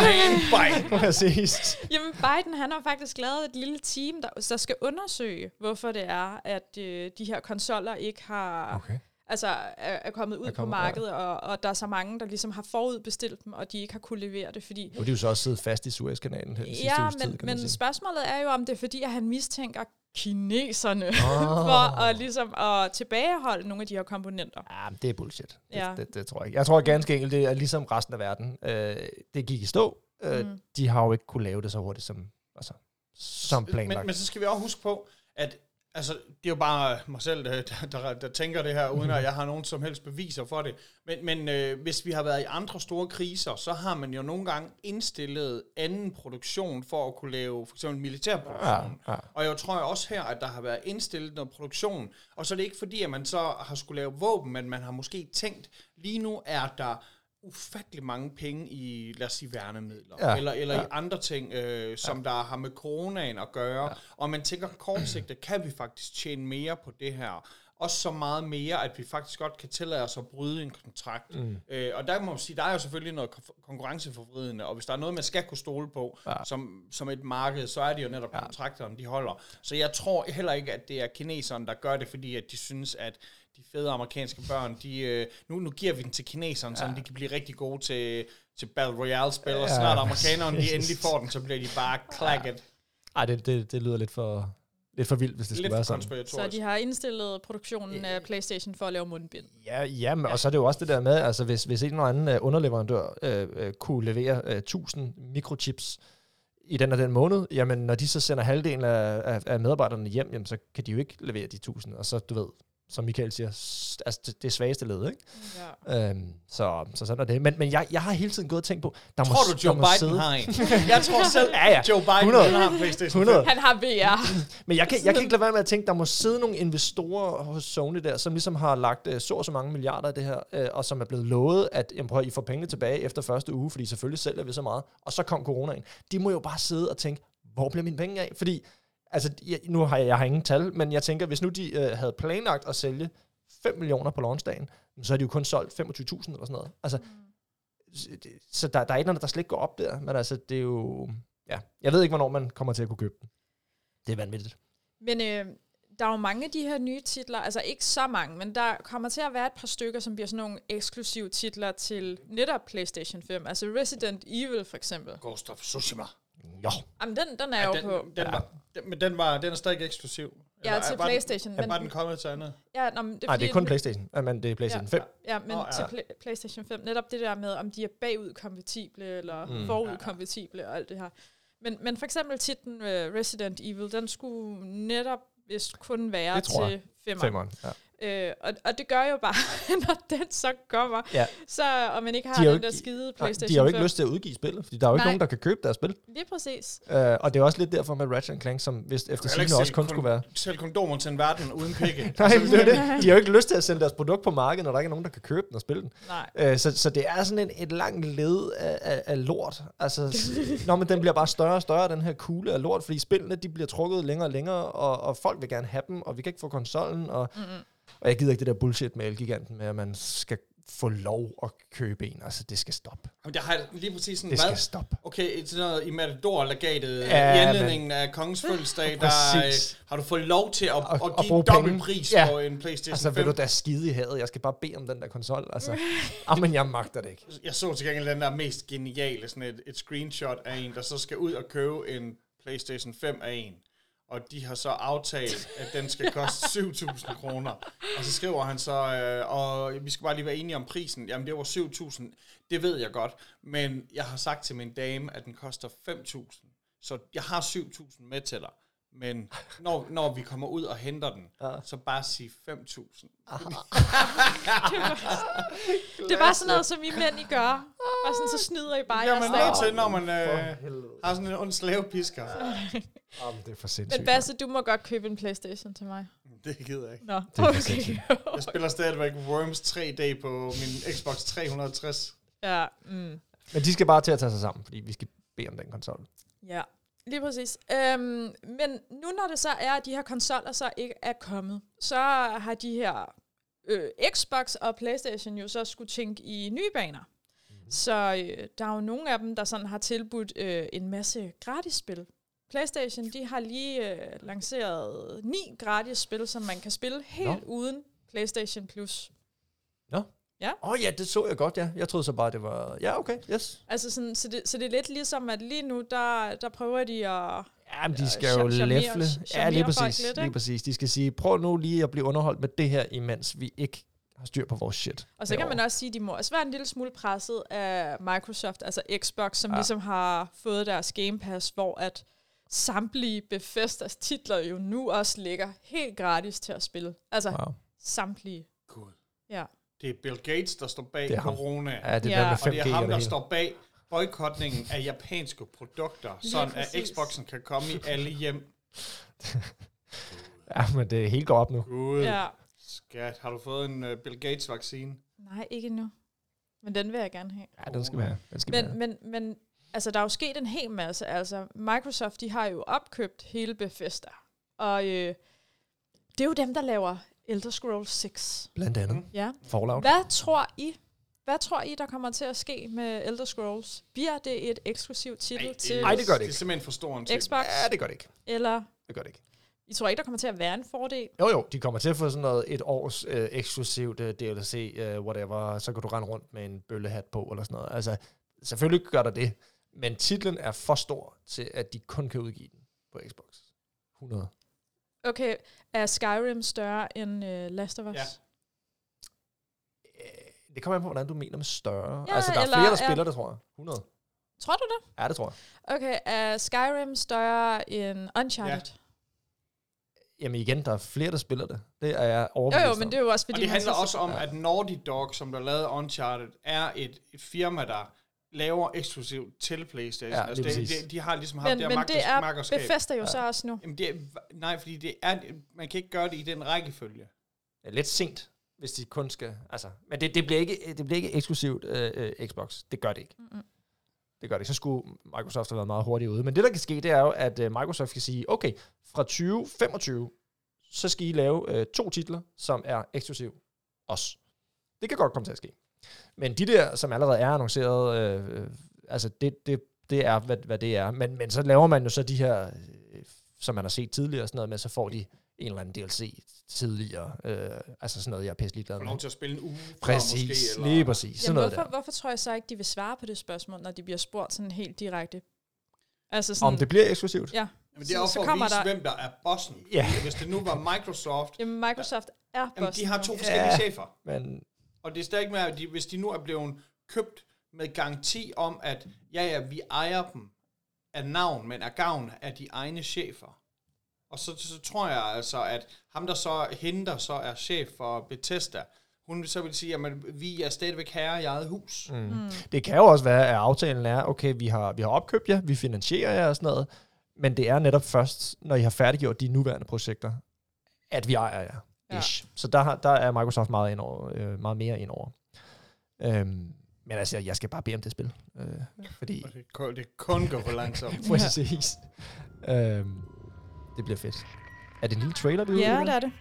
A: er bare-
B: strong man, Biden.
C: Præcis.
A: Jamen, Biden, han har faktisk lavet et lille team, der, der skal undersøge, hvorfor det er, at øh, de her konsoller ikke har...
C: Okay.
A: altså er, er kommet ud
C: Er
A: er kommet, på
C: kommet, ja.
A: markedet, og, og der er så mange, der ligesom har forudbestilt dem, og de ikke har kunne levere det, fordi...
C: Nu er de jo så også siddet fast i Suezkanalen her den sidste
A: Ja,
C: uges tid,
A: men,
C: kan man
A: men
C: sige.
A: spørgsmålet er jo, om det er fordi, at han mistænker kineserne
C: Åh.
A: for at, ligesom, at tilbageholde nogle af de her komponenter.
C: Ja, Ah, men det er bullshit. Det,
A: Ja.
C: ja. det, det tror jeg ikke. Jeg tror ganske enkelt, det er ligesom resten af verden. Øh, det gik i stå. Øh,
A: Mm.
C: mm. De har jo ikke kunne lave det så hurtigt, som, altså, som planlagt.
B: Men, men så skal vi også huske på, at altså, det er jo bare mig selv, der, der, der, der tænker det her, uden at jeg har nogen som helst beviser for det. Men, men øh, hvis vi har været i andre store kriser, så har man jo nogle gange indstillet anden produktion for at kunne lave for eksempel militærproduktion. Ja.
C: ja, ja.
B: Og jeg tror også her, at der har været indstillet noget produktion. Og så er det ikke fordi, at man så har skulle lave våben, men man har måske tænkt, lige nu er der ufattelig mange penge i, lad os sige, værnemidler,
C: Ja,
B: eller, eller ja.
C: ja.
B: i andre ting, øh, som ja. der har med coronaen at gøre. Ja. Og man tænker kortsigtet, kan vi faktisk tjene mere på det her? Også så meget mere, at vi faktisk godt kan tillade os at bryde en kontrakt. Mm. Øh, og der må man sige, der er jo selvfølgelig noget konf- konkurrenceforvridende, og hvis der er noget, man skal kunne stole på, ja. som, som et marked, så er det jo netop ja. kontrakterne, de holder. Så jeg tror heller ikke, at det er kineserne, der gør det, fordi at de synes, at de fede amerikanske børn, de, øh, nu, nu giver vi den til kineserne, ja. så de kan blive rigtig gode til, til Battle Royale-spil, og
C: Ja,
B: snart amerikanerne de
C: præcis.
B: endelig får den, så bliver de bare klakket.
C: Ej, det, det, det lyder lidt for, lidt for vildt, hvis det
B: Lidt
C: skulle være
B: for
C: sådan.
B: konspiratorisk.
A: Så de har indstillet produktionen
C: Øh.
A: af PlayStation for at lave mundbind.
C: Ja, ja, men, og så er det jo også det der med, altså hvis, hvis en eller anden øh, underleverandør øh, øh, kunne levere øh, 1000 mikrochips i den og den måned, jamen når de så sender halvdelen af, af, af medarbejderne hjem, jamen, så kan de jo ikke levere de 1000, og så, du ved, som Michael siger, s- altså det, det svageste led, ikke?
A: Ja.
C: Øhm, så, så sådan er det. Men, men jeg, jeg har hele tiden gået og tænkt på, der må,
B: Tror du, Joe
C: der må
B: Biden
C: sidde...
B: har en? Jeg tror selv,
C: Ja, ja.
B: Joe Biden
C: 100.
B: har en PlayStation
C: 100.
A: Han har VR.
C: Men jeg kan, jeg kan ikke lade være med at tænke, der må sidde nogle investorer hos Sony der, som ligesom har lagt øh, så og så mange milliarder af det her, øh, og som er blevet lovet, at jamen, prøv, at høre, I får pengene tilbage efter første uge, fordi selvfølgelig sælger vi så meget. Og så kom coronaen. De må jo bare sidde og tænke, hvor bliver mine penge af? Fordi, altså, jeg, nu har jeg, jeg har ingen tal, men jeg tænker, hvis nu de øh, havde planlagt at sælge 5 millioner på launchdagen, så har de jo kun solgt 25.000 eller sådan noget. Altså, så- det- så der, der er et eller andet, der slet ikke går op der, men altså, det er jo... Ja, jeg ved ikke, hvornår man kommer til at kunne købe den. Det er vanvittigt.
A: Men øh, der er jo mange af de her nye titler, altså ikke så mange, men der kommer til at være et par stykker, som bliver sådan nogle eksklusive titler til netop PlayStation 5. Altså Resident Evil for eksempel.
B: Ghost of Tsushima.
C: Jo.
A: Jamen den, den er jo
B: den,
A: på.
B: den, var, den, men den, var, den er stadig eksklusiv.
A: Ja, til
B: var den-
A: PlayStation.
B: Er
A: Men,
B: bare den kommet til andet?
A: ja, nå, men det er,
C: Nej,
A: fordi,
C: det er kun PlayStation. Ja, men det er PlayStation
A: Ja.
C: 5.
A: Ja, men
B: Nå,
A: oh,
B: ja.
A: ja. til pla- PlayStation 5. Netop det der med, om de er bagudkompatible eller mm, forudkompatible og alt det her. Men, men for eksempel titlen uh, Resident Evil, den skulle netop vist kun være
C: Det tror
A: til
C: jeg.
A: 5.
C: Femmeren. Ja.
A: Øh, og, og det gør jo bare, når den så kommer,
C: Ja.
A: så, og man ikke har
C: De har jo
A: den der
C: ikke-
A: skide
C: Nej,
A: PlayStation
C: de har jo ikke
A: 5.
C: lyst til at udgive spillet, fordi der er jo ikke
A: Nej.
C: nogen, der kan købe deres spil.
A: Lige præcis.
C: Uh, og det er også lidt derfor med Ratchet Clank, som vist efter
B: Alex
C: sigende også
B: sælger
C: kun skulle være...
B: Sælge kondomer til en verden uden pikke.
C: Nej, men det er jo det. De har jo ikke lyst til at sende deres produkt på markedet, når der ikke er nogen, der kan købe den og spille den.
A: Nej.
C: Uh, så, så det er sådan en, et langt led af, af, af lort. Altså, s- nå, men den bliver bare større og større, den her kugle af lort, fordi spillene de bliver trukket længere og længere, og, og folk vil gerne have dem, og vi kan ikke få konsollen, og
A: Mm-mm.
C: Og jeg gider ikke det der bullshit med Elgiganten med, at man skal få lov at købe en. Altså, det skal stoppe.
B: Jamen, der har jeg lige præcis sådan,
C: Det skal
B: hvad?
C: stoppe.
B: Okay, et sådan noget i Matador-legatet ja,
C: Ja,
B: i
C: men-
B: anledningen af kongens fødselsdag, der
C: Præcis.
B: øh, har du fået lov til at, at,
C: at
B: give
C: bruge
B: en dobbelt
C: penge.
B: pris
C: Ja.
B: på en PlayStation
C: Altså,
B: 5.
C: vil du da skide i havet? Jeg skal bare bede om den der konsol. Altså, ah, men jeg magter det ikke.
B: Jeg så til gengæld den der mest geniale, sådan et, et screenshot af en, der så skal ud og købe en PlayStation 5 af en. og de har så aftalt, at den skal koste 7.000 kroner. Og så skriver han så, øh, og vi skal bare lige være enige om prisen. Jamen, det var 7.000. Det ved jeg godt. Men jeg har sagt til min dame, at den koster 5.000. Så jeg har 7.000 med til dig. Men når, når vi kommer ud og henter den, ja. så bare sig 5.000.
A: Det var sådan noget, som I mænd, I gør. Og sådan, så snyder I bare
B: Det er
A: jeres
B: man
A: dame.
B: nødt til, når man øh,
C: For helvede.
B: har sådan en ond slavepisker.
C: Jamen, det er for sindssygt.
A: Men Basse, du må godt købe en Playstation til mig.
B: Det gider jeg ikke.
A: Nå,
C: er for
A: okay.
C: sindssygt.
B: Jeg spiller stadigvæk Worms 3D på min Xbox 360.
A: ja, mm.
C: Men de skal bare til at tage sig sammen, fordi vi skal bede om den konsol.
A: ja, lige præcis. Øhm, men nu når det så er, at de her konsoller så ikke er kommet, så har de her øh, Xbox og Playstation jo så skulle tænke i nye baner. Så øh, der er jo nogle af dem, der sådan har tilbudt øh, en masse gratis spil. PlayStation, de har lige øh, lanceret ni gratis spil, som man kan spille helt no. uden PlayStation Plus.
C: Åh oh, ja, det så jeg godt, ja. Jeg troede så bare, det var... Ja, okay, yes.
A: Altså sådan, så, det, så det er lidt ligesom, at lige nu, der, der prøver de at...
C: Jamen,
A: Ja,
C: de skal
A: char-
C: jo
A: charmere-
C: læfle. Ja,
A: charmere
C: lige
A: folk
C: præcis,
A: lidt,
C: lige
A: ikke?
C: præcis. De skal sige, prøv nu lige at blive underholdt med det her, imens vi ikke har styr på vores shit.
A: Og så kan
C: herovre."
A: man også sige, at de må også være en lille smule presset af Microsoft, altså Xbox, som
C: Ja.
A: ja. ligesom har fået deres Game Pass, hvor at samtlige Bethesdas titler jo nu også ligger helt gratis til at spille. Altså
C: Wow.
A: samtlige.
B: Gud.
A: Ja.
B: Det er Bill Gates, der står bag
C: Det er ham.
B: corona.
C: Ja, det er
A: Ja.
C: der med
B: og det
C: 5G
B: er ham,
C: og det
B: der
C: hele.
B: står bag boykotningen af japanske produkter, sådan at
A: præcis.
B: Xboxen kan komme i alle hjem.
C: Ja, men det er helt godt op nu.
B: Gud. Ja.
A: ja.
B: Skat, har du fået en uh, Bill Gates-vaccine?
A: Nej, ikke nu. Men den vil jeg gerne have.
C: Ja, den skal være. Den skal være.
A: Oh. Men, men, men altså, der er jo sket en hel masse. Altså, Microsoft de har jo opkøbt hele Bethesda. Og øh, det er jo dem, der laver Elder Scrolls 6.
C: Blandt andet
B: Hm?
A: Ja.
C: Fallout.
A: Hvad tror I? Hvad tror I, der kommer til at ske med Elder Scrolls? Bliver det et eksklusivt titel Ej, til
C: Ej, det gør
B: Det
C: det
B: er
C: ikke.
B: simpelthen for stor en ting.
A: Xbox?
C: Ja, det gør det ikke.
A: Eller
C: Det gør det ikke.
A: I tror ikke, der kommer til at være en fordel?
C: Jo, jo, de kommer til at få sådan noget et års øh, eksklusivt øh, DLC, øh, whatever, så kan du rende rundt med en bøllehat på, eller sådan noget. Altså, selvfølgelig gør der det, men titlen er for stor til, at de kun kan udgive den på Xbox. 100.
A: Okay, er Skyrim større end øh, Last of Us?
B: Ja.
C: Øh, Det kommer an på, hvordan du mener med større.
A: Ja,
C: Ja, altså, der er
A: eller
C: flere, der
A: er-
C: spiller det, tror jeg. 100.
A: Tror du det?
C: Ja, det tror jeg.
A: Okay, er Skyrim større end Uncharted? Ja.
C: Jamen igen, der er flere, der spiller det. Det er jeg
A: Jo,
C: overbevist
A: jo, men det er jo også fordi...
B: Og det
A: man
B: handler
A: så-
B: også om, at Naughty Dog, som der lavede Uncharted, er et, et firma, der laver eksklusivt til PlayStation.
C: Ja,
B: Ja,
C: lige
B: altså, det,
C: præcis.
B: det, de har ligesom haft
A: Men,
B: det her
A: men
B: magt-
A: det er
B: makkerskab.
A: Bethesda jo ja. så også nu.
B: Jamen det er, nej, fordi det er, man kan ikke gøre det i den rækkefølge.
C: er øh, lidt sent, hvis de kun skal... Altså, men det, det, bliver ikke, det bliver ikke eksklusivt øh, øh, Xbox. Det gør det ikke.
A: Mm-mm.
C: Det gør det ikke. Så skulle Microsoft have været meget hurtigt ude. Men det, der kan ske, det er jo, at øh, Microsoft kan sige, okay, fra 2025, så skal I lave øh, to titler, som er eksklusiv os. Det kan godt komme til at ske. Men de der, som allerede er annonceret, øh, øh, altså det, det, det er, hvad, hvad det er. Men, men så laver man jo så de her, øh, som man har set tidligere og sådan noget, men så får de en eller anden DLC tidligere. Øh, altså sådan noget, jeg er pisse ligeglad
B: Få
C: med.
B: lov til at spille en uge. før
C: Præcis,
B: Måske,
C: lige præcis. Sådan
A: Jamen,
C: noget
A: hvorfor,
C: der.
A: hvorfor tror jeg så ikke, de vil svare på det spørgsmål, når de bliver spurgt sådan helt direkte? Altså sådan,
C: Om det bliver eksklusivt?
A: ja.
B: Jamen, det er jo
A: Så- så
B: for at
A: kommer
B: vise,
A: der-
B: hvem der er bossen.
C: Ja.
B: Hvis det nu var Microsoft,
A: Jamen, Microsoft er
B: jamen, de
A: bossen
B: har
A: nu.
B: to forskellige
C: Ja.
B: chefer.
C: Men
B: Og det er stadig med, at de, hvis de nu er blevet købt med garanti om, at ja, ja, vi ejer dem af navn, men af gavn af de egne chefer. Og så, så tror jeg altså, at ham, der så henter, så er chef for Bethesda, hun så vil sige, at vi er stadigvæk herre i eget hus. Mm.
C: Det kan jo også være, at aftalen er, okay, vi har, vi har opkøbt jer, vi finansierer jer og sådan noget, men det er netop først, når I har færdiggjort de nuværende projekter, at vi ejer jer.
A: Ja.
C: Ish. Så der, har- der er Microsoft meget, ind over, øh, meget mere ind over. Øhm, men altså, jeg skal bare bede om det spil. Øh, fordi,
B: Og det, kun- det kun går for langsomt.
C: præcis. øhm, det bliver fedt. Er det en lille trailer, vi
A: Ja,
C: udgiver?
A: det er det.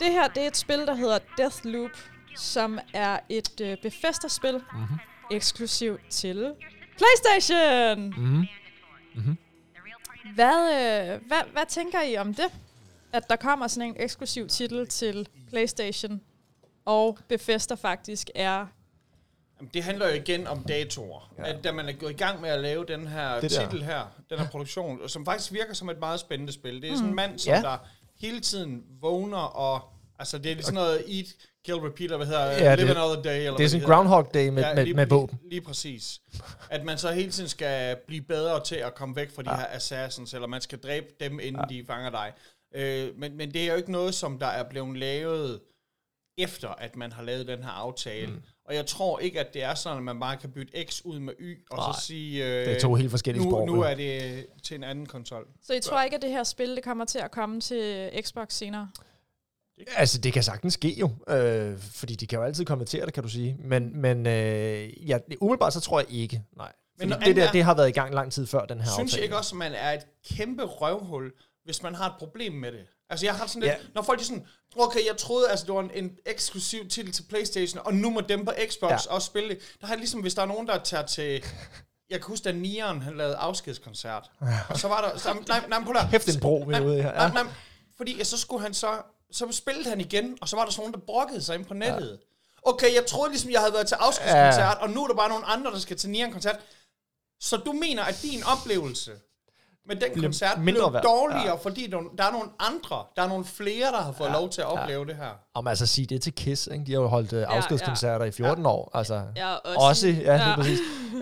A: Det her, det er et spil, der hedder Deathloop, som er et øh, Bethesda-spil,
C: Mhm.
A: eksklusivt til PlayStation!
C: Mhm.
A: Hvad, øh, hvad, hvad tænker I om det? At der kommer sådan en eksklusiv titel til PlayStation, og Bethesda faktisk er
B: Jamen, det handler jo igen om datoer.
C: Ja.
B: Ja. At da man er gået i gang med at lave den her
C: Det
B: det
C: der.
B: titel her, den her produktion, og som faktisk virker som et meget spændende spil. Det er sådan en mand, som
C: Ja.
B: ja. der hele tiden vågner og... Altså, det er sådan noget eat, kill, repeat, eller hvad hedder
C: Ja,
B: ja, Live
C: det-
B: another day, eller
C: Det er
B: hvad
C: sådan en
B: hedder.
C: Groundhog Day med, ja, med,
B: lige,
C: med våben.
B: Lige, lige præcis. At man så hele tiden skal blive bedre til at komme væk fra de
C: Ja.
B: ja. her assassins, eller man skal dræbe dem, inden ja. de fanger dig. Øh, men, men det er jo ikke noget, som der er blevet lavet efter, at man har lavet den her aftale. Mm. Og jeg tror ikke, at det er sådan, at man bare kan bytte X ud med Y, og
C: Nej.
B: så sige, øh,
C: Det er to helt forskellige
B: nu,
C: sprog.
B: nu er det til en anden konsol.
A: Så I tror ikke, at det her spil det kommer til at komme til Xbox senere?
C: Altså, det kan sagtens ske jo, øh, fordi de kan jo altid konvertere det, kan du sige. Men, men øh, ja, umiddelbart så tror jeg ikke, nej.
B: Men
C: Men
B: noget
C: det
B: andet
C: der,
B: er-
C: det har været i gang lang tid før den her
B: Synes jeg
C: aftale.
B: ikke også, at man er et kæmpe røvhul, hvis man har et problem med det? Altså, jeg har sådan lidt...
C: Ja.
B: Ja. Når folk er sådan... Okay, jeg troede, altså, det var en, en eksklusiv titel til Playstation, og nu må dem på Xbox
C: Ja.
B: ja. også spille det. Der har jeg ligesom, hvis der er nogen, der tager til... Jeg kan huske, da Nieren han lavede afskedskoncert. Og så var der... Så, nej, nej, men prøv at-
C: Hæft en bro, vi er ude i her.
B: Nej,
C: Ja.
B: nej, fordi ja, så skulle han så... Så spillede han igen, og så var der sådan nogen, der brokkede sig ind på nettet. Ja. Okay, jeg troede ligesom, jeg havde været til afskedskoncert, og nu er der bare nogle andre, der skal til Nieren-koncert. Så du mener, at din oplevelse med den
C: Blev
B: koncert
C: mindre
B: blev
C: værd.
B: dårligere, ja. fordi der, der er nogle andre, der er nogle flere, der har fået ja. lov til at opleve ja. det her.
C: Om altså sige det til Kiss, ikke? de har jo holdt øh, afskedskoncerter ja, ja. i 14 år. Altså,
A: Ja, også.
C: også, ja, lige
A: Ja.
C: præcis.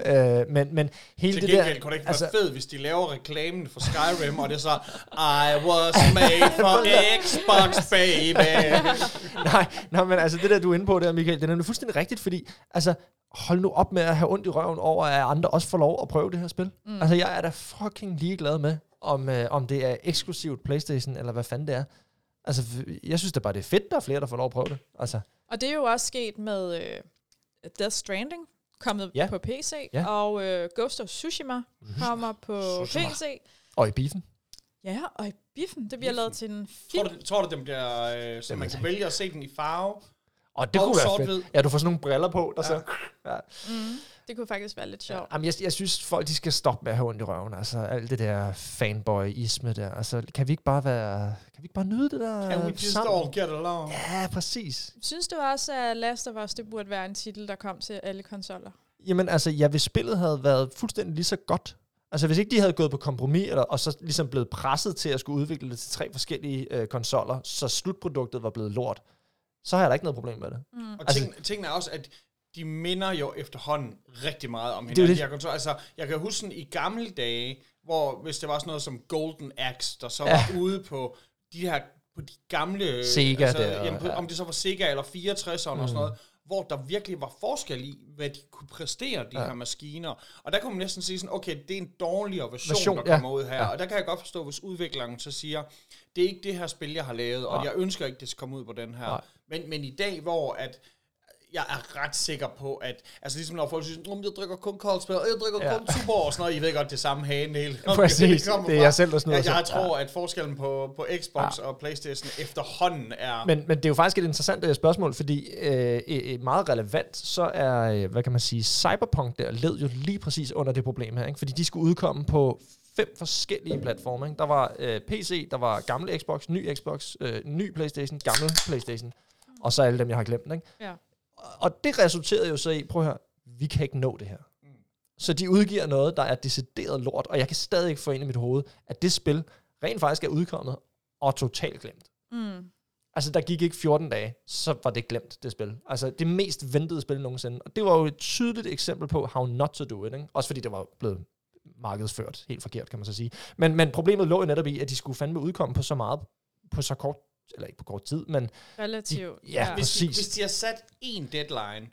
C: Øh, men, men hele
B: Til
C: det der...
B: gengæld kunne det ikke altså,
C: altså,
B: være fedt, hvis de laver reklamen for Skyrim, og det er så, I was made for Xbox, baby.
C: nej, nej, men altså det der, du er inde på der, Michael, det er nemlig fuldstændig rigtigt, fordi altså, hold nu op med at have ondt i røven over, at andre også får lov at prøve det her spil. Mm. Altså, jeg er da fucking ligeglad med, om, øh, om det er eksklusivt Playstation, eller hvad fanden det er. Altså, f- jeg synes da bare, det er fedt, der er flere, der får lov at prøve det. Altså,
A: Og det er jo også sket med øh, Death Stranding, kommet
C: Ja.
A: ja. på PC,
C: Ja. Mhm.
A: ja. og øh, Ghost of Tsushima kommer på
B: Tsushima.
A: PC.
C: og i biffen.
A: Ja, og i biffen, det bliver
B: Biffen.
A: lavet til en film.
B: Tror du, tror du dem bliver, øh, så man
C: altså-
B: kan vælge at se den i farve?
C: Og det
B: Og
C: kunne være
B: sort-hvid.
C: fedt. Ja, du får sådan nogle briller på, der ja. så... Ja.
A: Mhm. Det kunne faktisk være lidt sjovt.
C: Jamen, jeg, jeg synes, folk de skal stoppe med at have ondt i røven. Altså, alt det der fanboyisme der. Altså, kan vi ikke bare være... Kan vi ikke bare nyde det der
B: Can we just
C: sammen?
B: all get along?
C: Ja, præcis.
A: Synes du også, at Last of Us det burde være en titel, der kom til alle konsoller?
C: Jamen altså, ja, hvis spillet havde været fuldstændig lige så godt, altså hvis ikke de havde gået på kompromis, eller, og så ligesom blevet presset til at skulle udvikle det til tre forskellige øh, konsoller, så slutproduktet var blevet lort, så har jeg da ikke noget problem med det. Mm.
B: Og
C: Altså-
B: altså, tingene, tingene er også, at de minder jo efterhånden rigtig meget om
C: jo
B: hinanden.
C: det.
B: Det det. Jeg, kan, altså, jeg kan huske sådan, i gamle dage, hvor hvis det var sådan noget som Golden Axe, der så ja. var ude på de her på de gamle...
C: Sega
B: altså,
C: der,
B: jamen, på,
C: ja.
B: Om det så var Sega eller 64'eren mm. og sådan noget, hvor der virkelig var forskel i, hvad de kunne præstere, de ja. her maskiner. Og der kunne man næsten sige sådan, okay, det er en dårligere version,
C: Version,
B: version der
C: ja.
B: kommer ud her. Ja. Og der kan jeg godt forstå, hvis udvikleren så siger, det er ikke det her spil, jeg har lavet, og jeg ønsker ikke, det skal komme ud på den
C: Nej.
B: her. Men, men i dag, hvor at jeg er ret sikker på, at... Altså ligesom når folk synes, at jeg drikker kun Carlsberg, og jeg drikker
C: Ja.
B: ja. kun Tuborg og sådan noget. I ved godt, det er samme hane hele.
C: Præcis.
B: kommer
C: Det er
B: fra.
C: jeg selv, der snyder
B: Jeg, jeg
C: sig.
B: tror, at forskellen på, på Xbox ja. og Playstation efterhånden er...
C: Men, men det er jo faktisk et interessant øh, spørgsmål, fordi øh, øh, meget relevant, så er, øh, hvad kan man sige, Cyberpunk der led jo lige præcis under det problem her, ikke? fordi de skulle udkomme på fem forskellige platforme. Ikke? Der var øh, PC, der var gamle Xbox, ny Xbox, øh, ny Playstation, gammel Playstation, og så alle dem, jeg har glemt. Ikke?
A: Ja.
C: Og- Og det resulterede jo så i, prøv at høre, vi kan ikke nå det her. Så de udgiver noget, der er decideret lort, og jeg kan stadig ikke få ind i mit hoved, at det spil rent faktisk er udkommet og totalt glemt.
A: Mm.
C: Altså, der gik ikke 14 dage, så var det glemt, det spil. Altså, det mest ventede spil nogensinde. Og det var jo et tydeligt eksempel på how not to do it, ikke? Også fordi det var blevet markedsført helt forkert, kan man så sige. Men, men problemet lå jo netop i, at de skulle fandme udkomme på så meget, på så kort, eller ikke på kort tid, men
A: Relativt.
C: De- ja,
B: hvis,
C: præcis.
B: De, hvis de har sat en deadline,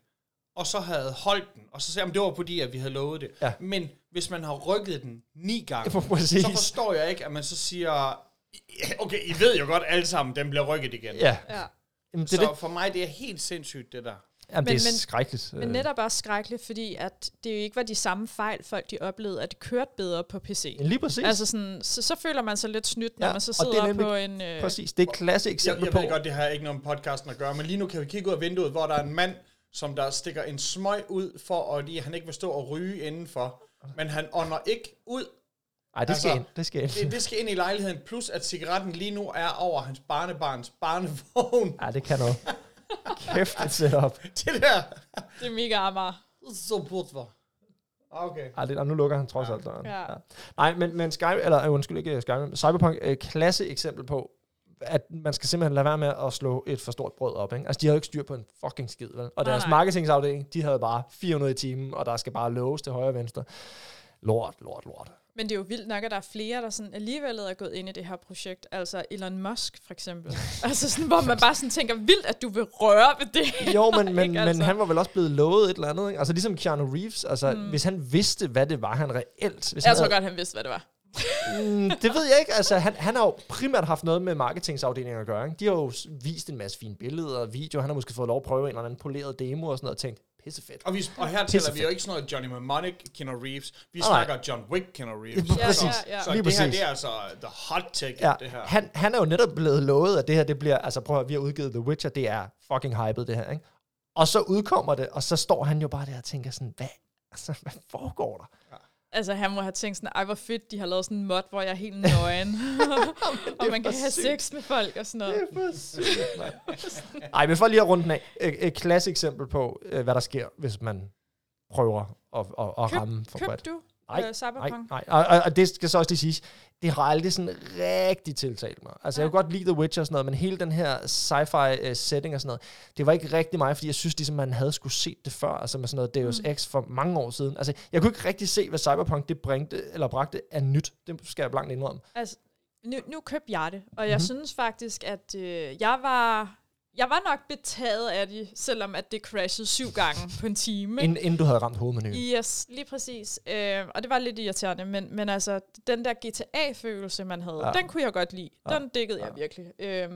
B: og så havde holdt den, og så sagde, om det var fordi, at vi havde lovet det.
C: Ja.
B: Men hvis man har rykket den ni gange,
C: Ja, præcis.
B: så forstår jeg ikke, at man så siger, okay, I ved jo godt alle sammen, den bliver rykket igen.
C: ja,
A: ja.
C: jamen, det,
B: så
C: er det,
B: for mig, det er helt sindssygt, det der.
C: jamen,
A: Men-
C: det er
A: men-
C: skrækkeligt.
A: Men
C: øh.
A: netop også skrækkeligt, fordi at det jo ikke var de samme fejl, folk de oplevede, at det kørte bedre på PC.
C: Lige præcis.
A: Altså sådan, så, så føler man sig lidt snydt, når
C: Ja,
A: man så
C: og det er
A: sidder
C: nemlig-
A: på en... Øh,
C: præcis. Det er et klasse
B: Jeg,
C: eksempel
B: jeg
C: på...
B: ved godt, det har ikke noget med podcasten at gøre, men lige nu kan vi kigge ud af vinduet, hvor der er en mand, som der stikker en smøg ud, for at lige, han ikke vil stå og ryge indenfor. Men han ånder ikke ud.
C: Ej, det skal
B: altså,
C: ind. Det skal ind.
B: Det, det skal ind i lejligheden, plus at cigaretten lige nu er over hans barnebarns barnevogn.
C: Ej, det kan noget. Kæft, et setup.
B: Det der,
A: Det er mega amager.
B: Så burde var. Okay.
C: Ej, det, nu lukker han trods alt døren.
A: Ja.
C: Nej, men, men Sky, eller øh, undskyld ikke øh, Sky, men Cyberpunk øh, klasse eksempel på, at man skal simpelthen lade være med at slå et for stort brød op. Ikke? Altså, de havde jo ikke styr på en fucking skid, vel? Og
A: Nej,
C: deres
A: nej.
C: marketingsafdeling, de havde bare 400 i timen, og der skal bare loves til højre og venstre. Lort, lort, lort.
A: Men det er jo vildt nok, at der er flere, der sådan alligevel er gået ind i det her projekt. Altså Elon Musk for eksempel. altså sådan, hvor man bare sådan tænker, vildt, at du vil røre ved det.
C: Jo, men, men,
A: Ikke
C: men
A: altså.
C: han var vel også blevet lovet et eller andet. Ikke? Altså, ligesom Keanu Reeves, altså, mm. hvis han vidste, hvad det var, han reelt... Hvis
A: Jeg
C: han
A: tror
C: havde-
A: godt, han vidste, hvad det var.
C: Mm, det ved jeg ikke. Altså, han, han har jo primært haft noget med marketingsafdelingen at gøre. Ikke? De har jo s- vist en masse fine billeder og videoer. Han har måske fået lov at prøve en eller anden poleret demo og sådan noget og tænkt, pissefedt.
B: Og, vi, og her tæller vi jo ikke sådan noget Johnny Mnemonic, Keanu Reeves. Vi
C: Nej, nej.
B: snakker John Wick, Keanu Reeves.
C: Ja,
B: Så-
A: præcis.
B: Så,
A: Ja, ja.
B: så
C: Lige
B: det her,
C: præcis.
B: det er altså the hot ticket,
C: Ja,
B: det her.
C: han, han er jo netop blevet lovet, at det her, det bliver, altså prøv at høre, vi har udgivet The Witcher, det er fucking hypet det her, ikke? Og så udkommer det, og så står han jo bare der og tænker sådan, hvad, altså, hvad foregår der?
A: Altså han må have tænkt sådan, ej hvor fedt, de har lavet sådan en mod, hvor jeg er helt nøgen. og man kan
C: for
A: have
C: sygt.
A: sex med folk og sådan noget.
C: Nej, men for lige at runde den af, et, et klasse eksempel på, øh, hvad der sker, hvis man prøver at, at, at ramme for bredt.
A: Køb du
C: Nej,
A: øh, Cyberpunk?
C: Nej, nej. Og, og, og det skal så også lige siges, det har aldrig sådan rigtig tiltalt mig. Altså, jeg kunne godt lide The Witcher og sådan noget, men hele den her sci-fi øh, setting og sådan noget, det var ikke rigtig mig, fordi jeg synes ligesom, man havde skulle set det før, altså med sådan noget Deus Ex for mange år siden. Altså, jeg kunne ikke rigtig se, hvad Cyberpunk det bringte, eller bragte af nyt. Det skal jeg blankt indrømme.
A: Altså, nu, nu købte jeg det, og jeg mm-hmm.
C: Mhm.
A: synes faktisk, at øh, jeg var... Jeg var nok betaget af det, selvom at det crashede syv gange på en time. ikke?
C: Inden, inden du havde ramt hovedmenuen.
A: Yes, lige præcis. Øh, og det var lidt irriterende, men, men altså, den der GTA-følelse, man havde,
C: Ja.
A: ja. den kunne jeg godt lide.
C: Ja.
A: Ja. Den dækkede ja. jeg virkelig. Øh,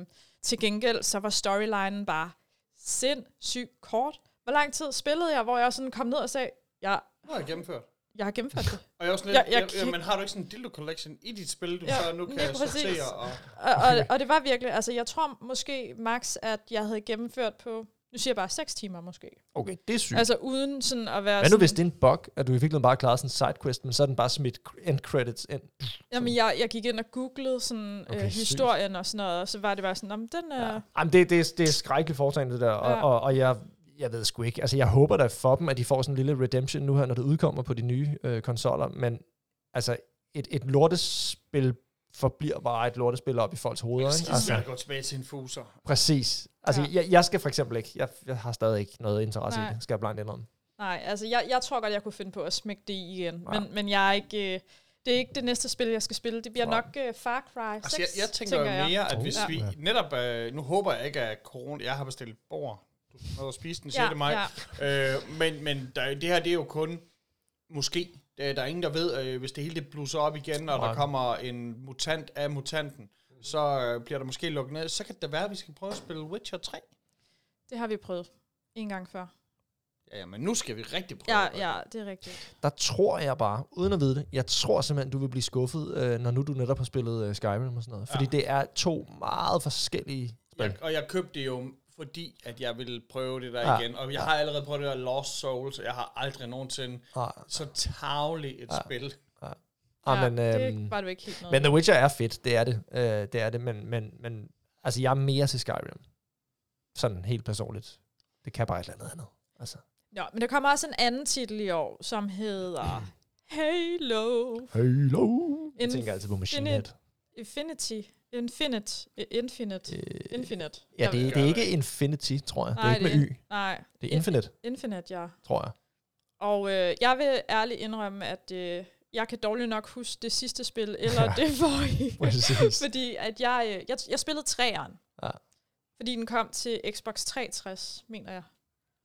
A: til gengæld, så var storylinen bare sindssygt kort. Hvor lang tid spillede jeg, hvor jeg sådan kom ned og sagde, jeg,
B: Nu er jeg gennemført.
A: jeg har gennemført det.
B: Og jeg er også lidt,
A: Jeg-
B: jeg,
A: jeg
B: jeg,
A: kan
B: jeg,
A: ikke-
B: men har du ikke sådan en dildo collection i dit spil, du
A: Ja,
B: så nu kan
A: lige
B: jeg
A: præcis.
B: sortere? Og,
A: Og, og, og det var virkelig, altså jeg tror måske max, at jeg havde gennemført på, nu siger jeg bare 6 timer måske.
C: Okay, det er sygt. Altså,
A: Altså uden sådan at være
C: Hvad nu
A: sådan,
C: hvis det er en bug, at du i virkeligheden bare klarede sådan en sidequest, men så er den bare smidt end credits ind?
A: Jamen jeg, jeg gik ind og googlede sådan
C: Okay,
A: okay, øh,
C: sygt.
A: historien og sådan noget, og så var det bare sådan, om den er...
C: Ja.
A: Ja.
C: Jamen, det, det, er- det er skrækkeligt foretagende, det der. Og, ja.
A: Ja.
C: og, og jeg, jeg ved sgu ikke. Altså, jeg håber da for dem, at de får sådan en lille redemption nu her, når det udkommer på de nye øh, konsoller. Men altså, et, et lortespil forbliver bare et lortespil op i folks hoveder.
B: det
C: Ikke?
B: er
C: Altså,
B: svært at gå tilbage til en fuser.
C: præcis. Altså, ja.
A: Ja.
C: jeg, jeg skal for eksempel ikke. Jeg, jeg har stadig ikke noget interesse Nej.
A: Nej.
C: i det, skal jeg blankt indrømme.
A: Nej, altså jeg, jeg tror godt, jeg kunne finde på at smække det i igen,
C: Ja.
A: ja. men, men jeg er ikke... Øh, det er ikke det næste spil, jeg skal spille. Det bliver
C: Nej.
A: nok øh, Far Cry 6,
B: Altså, jeg, jeg tænker, tænker jo mere, at hvis
A: Ja.
B: vi netop... Øh, nu håber jeg ikke, at corona... Jeg har bestilt bord. Du skal med at spise den 6. Ja, maj.
A: Ja,
B: Ja. Øh, men men der, det her, det er jo kun... Måske. Der, der er ingen, der ved, øh, hvis det hele det blusser op igen, og
C: Nej.
B: der kommer en mutant af mutanten, så øh, bliver der måske lukket ned. Så kan det da være, at vi skal prøve at spille Witcher 3.
A: det har vi prøvet en gang før.
B: Ja, ja, men nu skal vi rigtig prøve.
A: Ja, ja, det er rigtigt.
C: Der tror jeg bare, uden at vide det, jeg tror simpelthen, du vil blive skuffet, øh, når nu du netop har spillet øh, Skyrim og sådan noget. Fordi
B: Ja.
C: det er to meget forskellige spil.
B: Jeg, og jeg købte det jo, fordi at jeg ville prøve det der
C: Ja.
B: ja. igen. Og jeg har allerede prøvet det der Lost Souls, og jeg har aldrig nogensinde
C: Ja. Ah,
B: så tavligt et ja. spil.
C: ah,
A: ja,
C: men, øhm,
A: det var du ikke helt noget.
C: Men The Witcher er fedt, det er det. Øh, det er det, men, men, men altså, jeg er mere til Skyrim. Sådan helt personligt. Det kan bare et eller andet andet. Altså.
A: Nå, men der kommer også en anden titel i år, som hedder Halo
C: Hello! Jeg
A: Inf-
C: tænker altid på Machine Head.
A: Infinite. Infinity. Infinite. I- Infinite.
C: Øh,
A: Infinite.
C: ja,
A: Jeg ved
C: det, det er ikke Infinity, tror jeg.
A: Nej,
C: det er
A: det
C: ikke
A: er
C: med Y.
A: Nej,
C: Det er Infinite,
A: Infinite, ja.
C: tror jeg.
A: Og øh, jeg vil ærligt indrømme, at øh, jeg kan dårligt nok huske det sidste spil, eller det forrige.
C: Præcis.
A: fordi at jeg, øh, jeg, jeg spillede træeren.
C: Ja.
A: Fordi den kom til Xbox 360, mener jeg.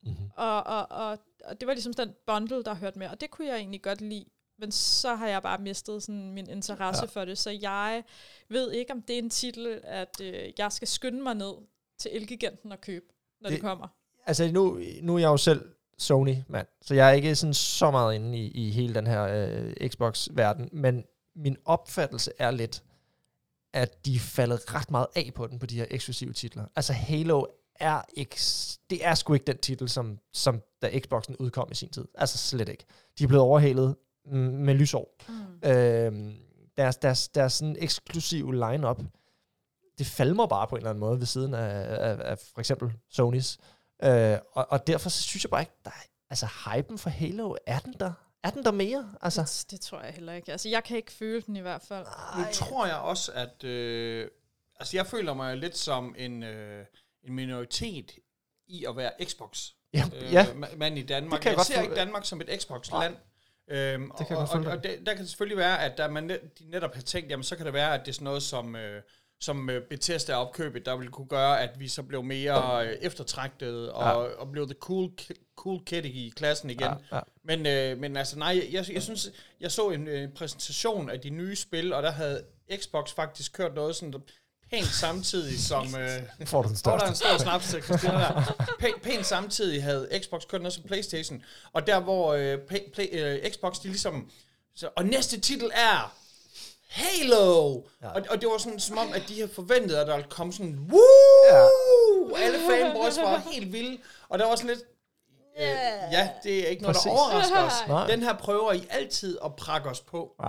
C: Mhm.
A: Og, og, og, og det var ligesom den bundle, der hørte med, og det kunne jeg egentlig godt lide. Men så har jeg bare mistet sådan min interesse
C: Ja.
A: ja. for det, så jeg ved ikke, om det er en titel, at øh, jeg skal skynde mig ned til Elgiganten og købe, når det,
C: Det-
A: det kommer.
C: Altså, nu, nu er jeg jo selv Sony-mand, så jeg er ikke sådan så meget inde i, i hele den her øh, Xbox-verden, men min opfattelse er lidt, at de er faldet ret meget af på den, på de her eksklusive titler. Altså Halo er ikke, det er sgu ikke den titel, som, som da Xboxen udkom i sin tid. Altså slet ikke. De er blevet overhalet mm, med lysår.
A: Mm.
C: Øh, deres, deres, deres sådan eksklusive lineup, det falmer bare på en eller anden måde ved siden af, af, af for eksempel Sony's. Øh, og, og derfor så synes jeg bare ikke, der er altså hypen for Halo, er den der? Er den der mere? Altså,
A: Det, det tror jeg heller ikke. Altså, jeg kan ikke føle den i hvert fald.
B: Nu tror jeg også, at... Øh, altså, jeg føler mig lidt som en, øh, en minoritet i at være Xbox.
C: ja,
B: øh,
C: ja,
B: ma- mand i Danmark.
C: Det kan jeg
B: jeg
C: godt
B: ser
C: følge.
B: ikke Danmark som et Xbox-land. Øhm,
C: kan
B: og,
C: jeg godt
B: og,
C: følge
B: og det, der kan selvfølgelig være, at der man net, de netop har tænkt, jamen så kan det være, at det er sådan noget som, øh, som øh, Bethesda opkøbet, der ville kunne gøre, at vi så blev mere øh, eftertragtet og, og blev the cool, ki- cool kid i klassen igen.
C: ja, ja.
B: Men, øh, men altså nej, jeg, jeg, jeg synes, jeg så en øh, præsentation af de nye spil, og der havde Xbox faktisk kørt noget sådan pænt samtidig som... Øh,
C: Nu får du den
B: så var der
C: største.
B: en stor snaps til Christina der. Pænt, pænt samtidig havde Xbox kørt noget som Playstation. Og der hvor øh, play, play, øh, Xbox, de ligesom... Så, og næste titel er... Halo! Ja. Og, og det var sådan som om, at de havde forventet, at der ville komme sådan... Woo! Ja. Alle fanboys var helt vilde. Og der var sådan lidt... Øh, ja, det er ikke noget, der
C: Præcis.
B: overrasker os.
C: Nej.
B: Den her prøver I altid at prakke os på.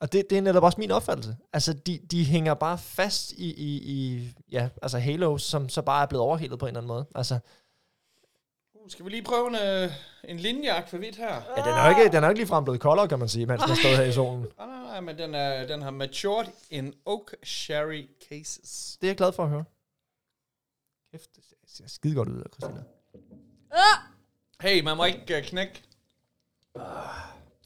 C: Og det, det er netop også min opfattelse. Altså, de, de hænger bare fast i, i, i ja, altså Halo, som så bare er blevet overhældet på en eller anden måde. Altså,
B: Uh, skal vi lige prøve en, øh, en linje akvavit her?
C: ja, den er jo ikke, den er jo ikke ligefrem blevet koldere, kan man sige, mens den har stået her i solen.
B: Nej, nej, nej, men den, er, den har matured in oak sherry cases.
C: Det er jeg glad for at høre. Kæft, det ser skide godt ud, Christina.
B: Hey, man må ikke øh, knække.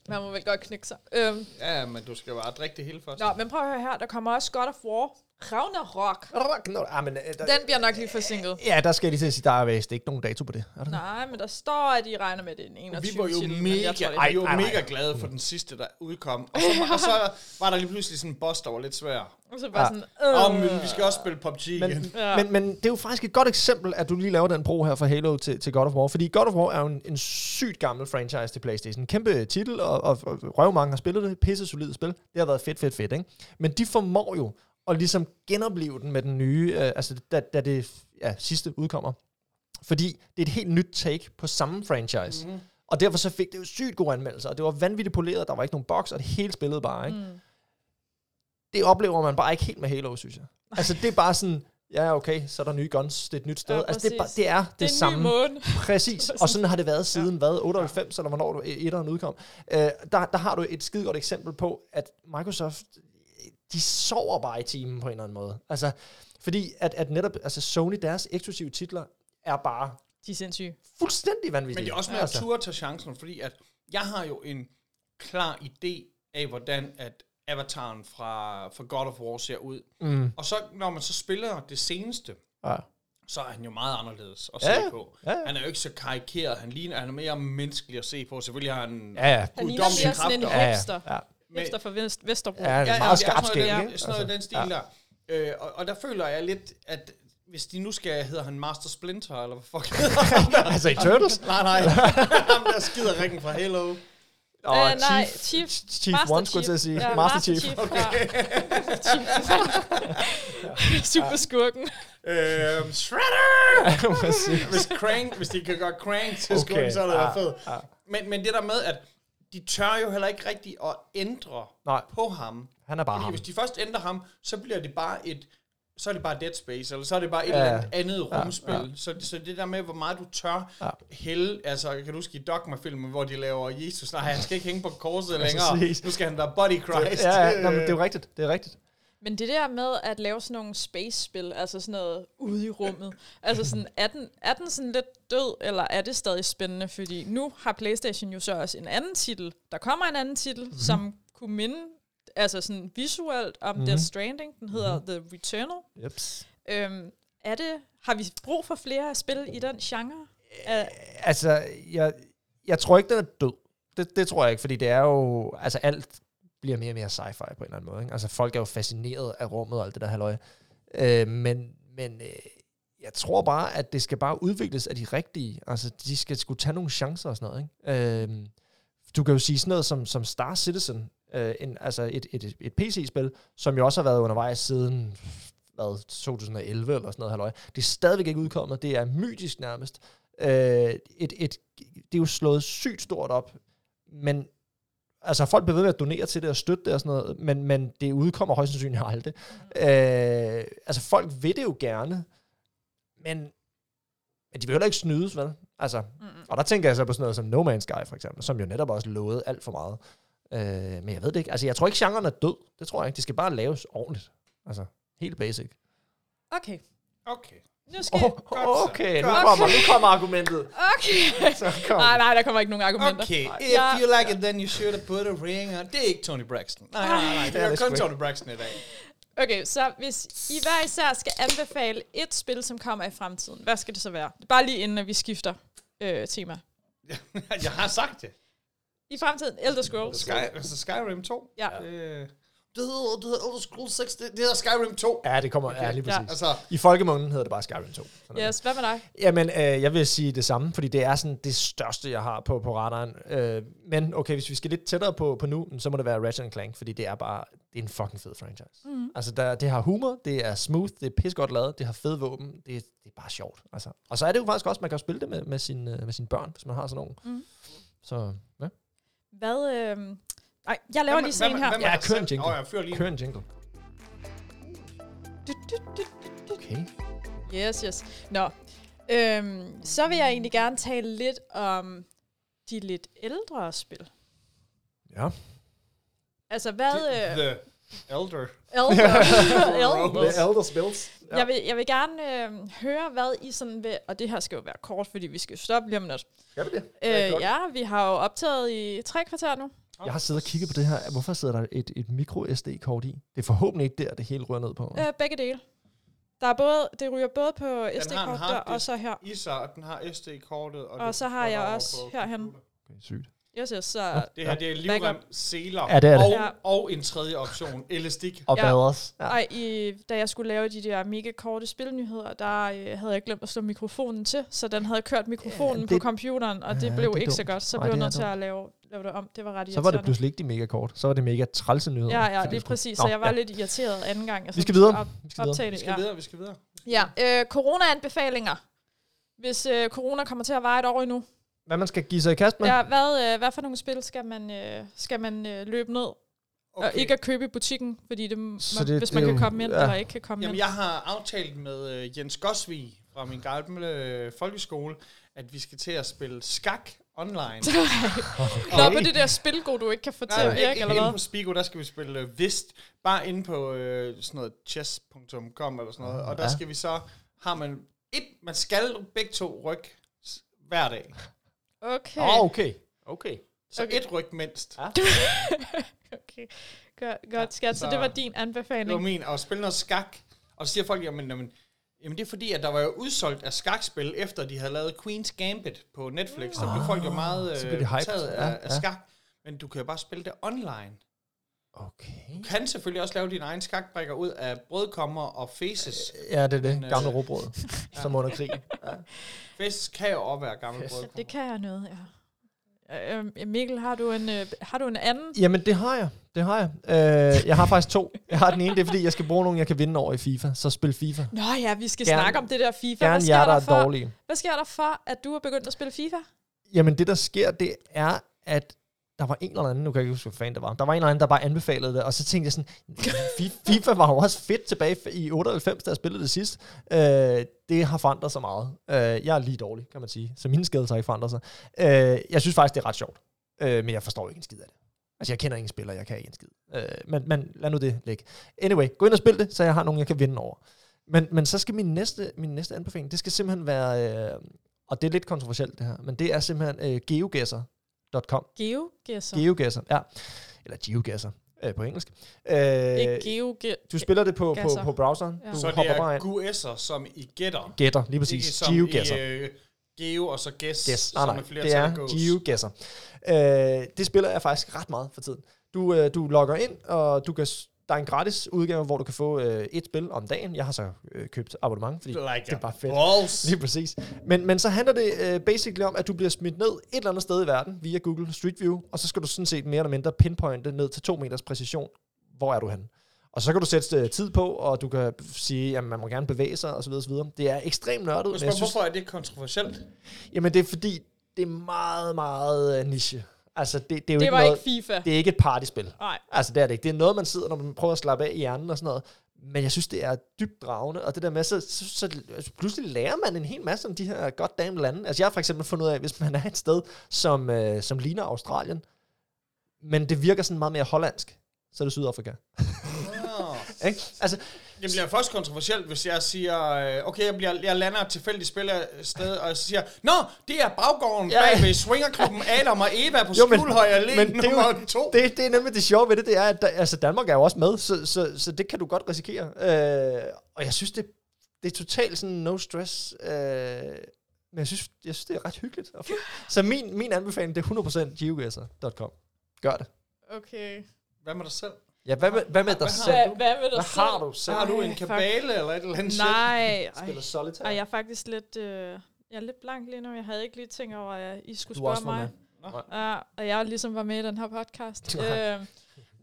A: Man må vel godt knække sig. Øhm,
B: Ja, men du skal bare drikke det hele først.
A: nå, men prøv at høre her. Der kommer også God of War. Ragnarok.
C: Ragnarok. Ah, men, øh, der,
A: Den bliver nok lige forsinket.
C: Ja, der skal jeg lige til at sige, der er vist ikke nogen dato på det. Er der det?
A: Nej, men der står, at I regner med, at det er en 21
B: Vi var jo
A: titel, men
B: mega,
A: jeg tror, det er
B: ej, jo
C: Ej, ej,
B: mega glade for den sidste, der udkom. Og så, og så var der lige pludselig sådan en boss, der var lidt svær.
A: Og så bare
C: Ja.
A: sådan,
B: Åh,
A: øh,
B: oh, men vi skal også spille PUBG
C: Men,
B: igen.
A: Ja.
C: men, men det er jo faktisk et godt eksempel, at du lige laver den bro her fra Halo til, til God of War, fordi God of War er jo en, en sygt gammel franchise til Playstation. En kæmpe titel, og, og, og røvmange har spillet det. Pisse solidt spil. Det har været fedt, fedt, fedt, ikke? Men de formår jo at ligesom genopleve den med den nye, øh, altså da, da det ja, sidste udkommer. Fordi det er et helt nyt take på samme franchise. Mm-hmm. Og derfor så fik det jo sygt gode anmeldelser, og det var vanvittigt poleret, der var ikke nogen boks, og det hele spillede bare, ikke?
A: Mm.
C: det oplever man bare ikke helt med Halo, synes jeg. Altså, det er bare sådan, ja, okay, så er der nye guns, det er et nyt sted.
A: Ja,
C: Ja, altså, det er, bare,
A: præcis.
C: det er det,
A: det er
C: det
A: en samme. ny
C: samme.
A: måned.
C: Præcis, og sådan har det været siden, ja. hvad, 98, ja. eller hvornår du etteren udkom. Øh, der, der har du et skide godt eksempel på, at Microsoft, de sover bare i timen på en eller anden måde. Altså, fordi at, at netop, altså Sony, deres eksklusive titler, er bare
A: De er sindssyge.
C: fuldstændig vanvittige. Altså,
B: Men det er også med at turde tage chancen, fordi at jeg har jo en klar idé af, hvordan at avataren fra, fra God of War ser ud.
C: Mm.
B: Og så, når man så spiller det seneste,
C: Ja.
B: så er han jo meget anderledes at se
C: Ja, ja.
B: på.
C: Ja, ja.
B: Han er jo ikke så karikeret. Han, ligner, han er mere menneskelig at se på. Selvfølgelig har han
C: Ja, ja.
A: Han ligner
B: Guddommelige
A: mere sådan en
B: kræfter.
C: Ja,
A: hipster.
C: ja.
B: Men-
A: Hipster fra Vest- Vesterbro.
C: Ja, det er
B: det er
C: meget skarpt
B: sådan
C: skæg,
B: noget,
C: ikke? Altså,
B: der- Sådan noget i den stil
C: ja.
B: der. Øh, og, og der føler jeg lidt, at hvis de nu skal, hedder han Master Splinter, eller hvad fuck hedder han?
C: Altså i Turtles?
B: nej, nej. Ham der skider ringen fra Halo.
C: Åh,
A: Øh, nej, Chief.
C: Chief
A: Master
C: One, skulle jeg til at sige.
A: Ja,
C: Master Chief.
A: Okay. Super skurken.
B: Øh, Shredder!
C: Præcis.
B: hvis, crank, hvis de kan gøre crank til
C: Okay,
B: okay. skolen, så er det
C: ah,
B: ah, fedt. Ah. Men, men det der med, at de tør jo heller ikke rigtig at ændre
C: Nej.
B: på ham.
C: Han er bare
B: Fordi
C: ham.
B: hvis de først ændrer ham, så bliver det bare et så er det bare Dead Space, eller så er det bare et
C: Ja.
B: ja. eller andet, andet rumspil. Ja. Så, så det der med, hvor meget du tør
C: Ja.
B: ja. hælde, altså kan du huske i Dogma-filmen, hvor de laver Jesus, nej, han skal ikke hænge på korset længere,
C: præcis.
B: nu skal han være Body Christ.
C: Ja, ja, nå, men det er jo rigtigt, det er rigtigt.
A: Men det der med at lave sådan nogle space-spil, altså sådan noget ude i rummet, altså sådan, er den, er den sådan lidt død, eller er det stadig spændende? Fordi nu har Playstation jo så også en anden titel. Der kommer en anden titel,
B: Mhm.
A: mm-hmm. som kunne minde altså sådan visuelt om
B: Mhm.
A: mm-hmm. Death Stranding. Den hedder mm-hmm. The Returnal.
C: Jeps.
A: Øhm, er det, har vi brug for flere spil i den genre? Er,
C: Altså, jeg, jeg tror ikke, den er død. Det, det tror jeg ikke, fordi det er jo... Altså, alt bliver mere og mere sci-fi på en eller anden måde. Ikke? Altså, folk er jo fascineret af rummet og alt det der halløj. Øh, men men øh, jeg tror bare, at det skal bare udvikles af de rigtige. Altså, de skal skulle tage nogle chancer og sådan noget. Ikke? Øh, du kan jo sige sådan noget som, som Star Citizen, øh, en, altså et, et, et PC-spil, som jo også har været undervejs siden hvad, 2011 eller sådan noget halløj. Det er stadigvæk ikke udkommet. Det er mytisk nærmest. Øh, et, et, det er jo slået sygt stort op, men altså folk bliver ved med at donere til det og støtte det og sådan noget, men, men det udkommer højst sandsynligt aldrig.
A: Mm.
C: Øh, altså folk vil det jo gerne, men, men de vil heller ikke snydes, vel? Altså,
A: Mm-mm.
C: Og der tænker jeg så på sådan noget som No Man's Sky, for eksempel, som jo netop også lovede alt for meget. Øh, men jeg ved det ikke. Altså, jeg tror ikke, genren er død. Det tror jeg ikke. Det skal bare laves ordentligt. Altså, helt basic.
A: Okay,
B: Okay.
A: nu skal...
C: Oh,
A: Oh.
B: så.
C: okay, nu
B: Godt
C: kommer, nu kommer argumentet.
A: Okay.
C: Så kom.
A: Nej, nej, der kommer ikke nogen argumenter.
B: Okay, if
A: Ja.
B: you like it, then you should have put a ring on. Det er ikke Tony Braxton. Nej, nej, nej. Det
C: er
B: er
C: det
B: kun
C: sgu ikke.
B: Tony Braxton i dag.
A: Okay, så hvis I hver især skal anbefale et spil, som kommer i fremtiden, hvad skal det så være? Bare lige inden at vi skifter øh, tema.
B: Jeg har sagt det.
A: I fremtiden, Elder Scrolls.
B: Sky, altså Skyrim 2.
A: Ja.
B: Øh, Det hedder, det hedder Elder Scrolls 6. Det, det hedder Skyrim 2.
C: Ja, det kommer, ja, lige
A: Ja.
C: præcis.
B: Altså,
C: I folkemunden hedder det bare Skyrim 2. Sådan er det.
A: Yes, hvad med dig?
C: Jamen, øh, jeg vil sige det samme, fordi det er sådan det største, jeg har på, på radaren. Øh, men okay, hvis vi skal lidt tættere på, på nu, så må det være Ratchet Clank, fordi det er bare det er en fucking fed franchise.
A: Mhm.
C: Mm. Altså, der, det har humor, det er smooth, det er pissegodt lavet, det har fede våben, det, det er bare sjovt. Altså. Og så er det jo faktisk også, man kan jo spille det med, med, sin, øh, med sine børn, hvis man har sådan nogen.
A: Mm.
C: Så, ja.
A: Hvad, øh... Ej, jeg laver
B: hvem-
A: lige sådan en
B: hvem-
A: her.
B: hvem
C: Ja,
B: er der
C: kør en
B: selv?
C: jingle.
B: Nå, jeg fyrer lige.
C: Kør en jingle.
A: Du, du, du, du, du.
C: Okay.
A: Yes, yes. Nå, øhm, så vil jeg egentlig gerne tale lidt om de lidt ældre spil.
C: Ja.
A: Altså, hvad...
B: The,
A: Øh,
B: the Elder.
A: ældre,
B: The
A: ældre.
C: Elder Spills. Ja.
A: Jeg vil, jeg vil gerne øh, høre, hvad I sådan vil... Og det her skal jo være kort, fordi vi skal stoppe lige om lidt.
C: Skal vi det?
A: Øh,
C: Ja, godt.
A: ja, vi har jo optaget i tre kvarter nu.
C: Jeg har siddet og kigget på det her. Hvorfor sidder der et, et micro SD-kort i? Det er forhåbentlig ikke der, det hele rører ned på.
A: Øh, begge dele. Der er både, det ryger både på
B: har en
A: SD-kort der,
B: harddisk.
A: og så her.
B: I så, og den har SD-kortet. Og,
A: Og
B: det
A: så har
B: står
A: jeg
B: derovre
A: også
B: på
A: herhen.
B: computeren.
C: Okay, sygt.
A: Yes, yes, så...
B: Det her, det er livrem, seler
C: Ja, det er det.
B: Og,
A: Ja.
B: og en tredje option, elastik.
C: Og
A: Ja.
C: ja. baders. Ja.
A: Ej, i, da jeg skulle lave de der mega korte spilnyheder, der øh, havde jeg glemt at slå mikrofonen til, så den havde kørt mikrofonen
C: Ja,
A: på
C: det-
A: computeren, og det
C: Ja,
A: blev
C: det er
A: ikke så
C: dumt.
A: godt. Så
C: Nej,
A: blev jeg
C: det er
A: nødt til
C: dumt.
A: at lave, lave det om. Det var ret
C: Så var det
A: irriterende.
C: pludselig ikke de mega kort. Så var det mega trælse nyheder.
A: Ja, ja,
C: Fordi
A: det er
C: vi skulle-
A: præcis.
C: Nå,
A: Så jeg var
C: ja.
A: lidt irriteret anden gang. Jeg
C: Vi skal
A: sådan
C: videre.
A: Op,
C: Vi skal videre.
A: optage
B: Vi
A: det,
B: skal
A: ja.
B: videre, vi skal videre.
A: ja. Øh, corona-anbefalinger. Hvis øh, corona kommer til at vare et år endnu.
C: Hvad man skal give sig i kast med?
A: Ja, hvad, øh, hvad for nogle spil skal man, øh, skal man øh, løbe ned? Okay. Og ikke at købe i butikken, fordi det, man,
C: Så det-
A: hvis
C: det
A: man
C: er
A: kan
C: jo-
A: komme ind,
C: ja.
A: eller ikke kan komme
B: Jamen,
A: ind.
B: jeg har aftalt med øh, Jens Gosvig fra min gamle øh, folkeskole, at vi skal til at spille skak online.
A: Nå, på det der spil, du ikke kan få til
B: Nej,
A: at
B: ikke,
A: virke,
B: ikke
A: eller
B: inde
A: hvad?
B: på Spigo, der skal vi spille øh, Vist, bare inde på øh, sådan noget chess.com eller sådan noget, og der
C: Ah, Ja.
B: skal vi så, har man et, man skal begge to ryg s- hver dag.
A: Okay.
C: Åh, okay. Okay.
B: Så
A: Okay.
B: okay. et ryg mindst.
C: Ja.
A: Okay, godt, godt skat. Så,
B: så-
A: det var din
B: Det var
A: anbefaling.
B: min, og spille noget skak, og så siger folk, jamen, jamen, jamen det er fordi, at der var jo udsolgt af skakspil, efter de havde lavet Queen's Gambit på Netflix, så blev folk jo meget
C: Ah, så
B: øh,
C: blev de hyped.
B: taget
C: Ja,
B: af, af
C: ja.
B: skak. Men du kan jo bare spille det online.
C: Okay.
B: Du kan selvfølgelig også lave dine egne skakbrikker ud af brødkommer og faces.
C: Ja, det er det.
B: øh,
C: Gamle råbrød. Som under krig. Ja.
B: Faces kan jo også være gammel
C: Yes.
B: brødkommer.
A: Det kan jeg noget, ja. Øh, Mikkel, har du en, øh, har du en anden?
C: Jamen, det har jeg. Det har jeg. Øh, jeg har faktisk to. Jeg har den ene, det er fordi, jeg skal bruge nogen, jeg kan vinde over i FIFA. Så spil FIFA.
A: Nå ja, vi skal
C: Gerne-
A: snakke om det der FIFA. Hvad
C: Gerne
A: sker,
C: jer, der
A: der
C: er
A: for,
C: dårlige.
A: hvad sker der for, at du er begyndt at spille FIFA?
C: Jamen, det der sker, det er, at der var en eller anden, nu kan jeg ikke huske, hvad fanden det var, der var en eller anden, der bare anbefalede det, og så tænkte jeg sådan, "Fi- FIFA var jo også fedt tilbage i 98, da jeg spillede det sidst. Øh, det har forandret sig meget. Øh, jeg er lige dårlig, kan man sige, så mine skills har ikke forandret sig. Øh, jeg synes faktisk, det er ret sjovt, øh, men jeg forstår ikke en skid af det. Altså, jeg kender ingen spiller, jeg kan ikke en skid. Øh, men, men lad nu det ligge. Anyway, gå ind og spil det, så jeg har nogen, jeg kan vinde over. Men, men så skal min næste, min næste anbefaling, det skal simpelthen være, øh, og det er lidt kontroversielt det her, men det er simpelthen øh, geogasser.com.
A: Geo, Gesser. Geo.
C: Geogasser, ja. Eller geogasser øh, på engelsk. Øh,
A: Ikke Geo, ge-
C: du spiller det på, på,
A: Gasser.
C: på browseren.
A: Ja.
C: Ja. Du
B: Så
C: så
B: det
C: hopper bare
B: er
C: ind.
B: GUS'er, som I gætter.
C: Gætter, lige
B: Ikke
C: præcis.
B: som
C: Geogasser.
B: i øh, geo og så gæs,
C: Yes.
B: som
C: Nej, nej,
B: er flere
C: det
B: tal
C: er
B: gås.
C: geogasser. Øh, det spiller jeg faktisk ret meget for tiden. Du, øh, du logger ind, og du kan, s- der er en gratis udgave, hvor du kan få øh, et spil om dagen. Jeg har så øh, købt abonnement, fordi
B: Like
C: det er bare fedt.
B: Balls.
C: Lige præcis. Men, men så handler det øh, basically om, at du bliver smidt ned et eller andet sted i verden via Google Street View, og så skal du sådan set mere eller mindre pinpointe ned til to meters præcision. Hvor er du henne? Og så kan du sætte øh, tid på, og du kan sige, at man må gerne bevæge sig osv. osv. Det er ekstremt nørdet, men
B: Spørg,
C: jeg synes,
B: Hvorfor er det kontroversielt?
C: jamen det er fordi, det er meget, meget øh, niche. Altså, det, det er jo
A: Det
C: ikke
A: var
C: noget,
A: ikke FIFA.
C: det er ikke et partyspil.
A: Nej.
C: Altså, det er det ikke. Det er noget, man sidder, når man prøver at slappe af i hjernen og sådan noget. Men jeg synes, det er dybt dragende, og det der med, så, så, så altså, pludselig lærer man en hel masse om de her goddamn lande. Altså, jeg har for eksempel fundet ud af, hvis man er et sted, som, øh, som ligner Australien, men det virker sådan meget mere hollandsk, så er det Sydafrika.
B: Nå.
C: Ikke? Altså,
B: Ah. Det bliver først kontroversielt, hvis jeg siger, øh, okay, jeg, bliver, jeg lander et tilfældigt sted, og jeg siger, Nå, det er baggården
C: Ja.
B: ja. bag ved Swingerklubben Adam og Eva på
C: Jo, men-
B: Skulhøj Allé
C: men det er jo-
B: nummer 2.
C: det, det er nemlig det sjove ved det, det er, at der, altså, Danmark er jo også med, så, så, så det kan du godt risikere. Øh, og jeg synes, det, det er totalt sådan no stress. Øh, men jeg synes, jeg synes, det er ret hyggeligt. Og fedt. Så min, min anbefaling, det er 100% geoguessr.com. Gør det.
A: Okay.
B: Hvad med dig selv?
C: Ja, hvad med, hvad med dig
B: Hvad
C: selv?
A: Hvad, hvad med dig
C: Hvad
A: selv?
C: har du
B: Så
C: selv?
B: har du en
A: Ej, fuck.
B: kabale eller et eller andet shit.
A: Nej. Ej.
C: Spiller solitaire?
A: Ej, jeg er faktisk lidt, øh, jeg er lidt blank lige nu. Jeg havde ikke lige tænkt over, at I skulle
C: Du
A: spørge
C: også var
A: mig.
B: med.
C: Nå.
A: Ja, og jeg ligesom var med i den her podcast.
C: Nej.
A: Øhm,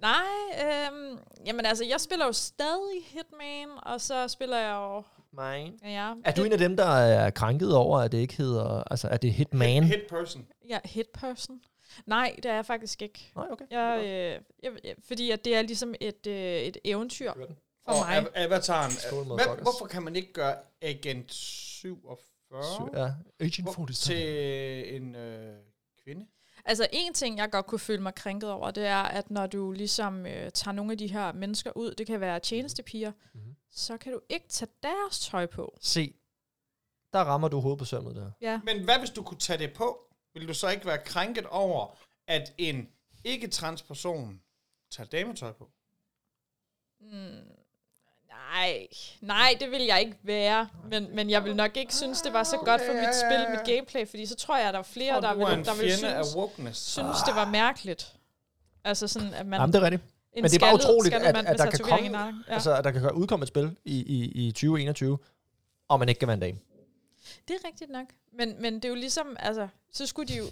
A: nej, øhm, jamen altså, jeg spiller jo stadig Hitman, og så spiller jeg jo...
C: Mine.
A: Ja,
C: Er du en af dem, der er krænket over, at det ikke hedder... Altså, at det er Hitman?
B: Hit, hit person.
A: Ja, hitperson. Nej, det er jeg faktisk ikke.
C: Nej, okay.
A: Jeg, øh, jeg, jeg, fordi at det er ligesom et, øh, et eventyr for
B: og
A: mig.
B: av- avataren.
C: Skål mod
B: Hvad,
C: fuckers.
B: hvorfor kan man ikke gøre Agent 47
C: Ja, Agent
B: hvor-
C: 47.
B: til en øh, kvinde?
A: Altså en ting, jeg godt kunne føle mig krænket over, det er, at når du ligesom øh, tager nogle af de her mennesker ud, det kan være tjenestepiger,
C: Mhm.
A: mm-hmm. så kan du ikke tage deres tøj på.
C: Se, der rammer du hovedet på sømmet der.
A: Ja.
B: Men hvad hvis du kunne tage det på? Vil du så ikke være krænket over, at en ikke-transperson tager dametøj på?
A: Mm, nej, nej, det vil jeg ikke være. Men, men jeg vil nok ikke synes, det var så godt for mit spil, mit gameplay, fordi så tror jeg, at der er flere,
B: Tror
A: der
B: du er en
A: vil, der vil
B: fjende
A: synes,
B: af wokeness?
A: synes, det var mærkeligt. Altså sådan, at man...
C: Jamen, det er rigtigt.
A: En
C: Men det er bare
A: skaldet-
C: utroligt,
A: skaldet
C: at-
A: mand
C: at
A: med
C: der kan
A: tatovering i
C: komme-
A: nakken.
C: Ja. Altså, at der kan udkomme et spil i, i, i 2021, og man ikke kan være en dame.
A: Det er rigtigt nok. Men, men det er jo ligesom, altså, så skulle de jo,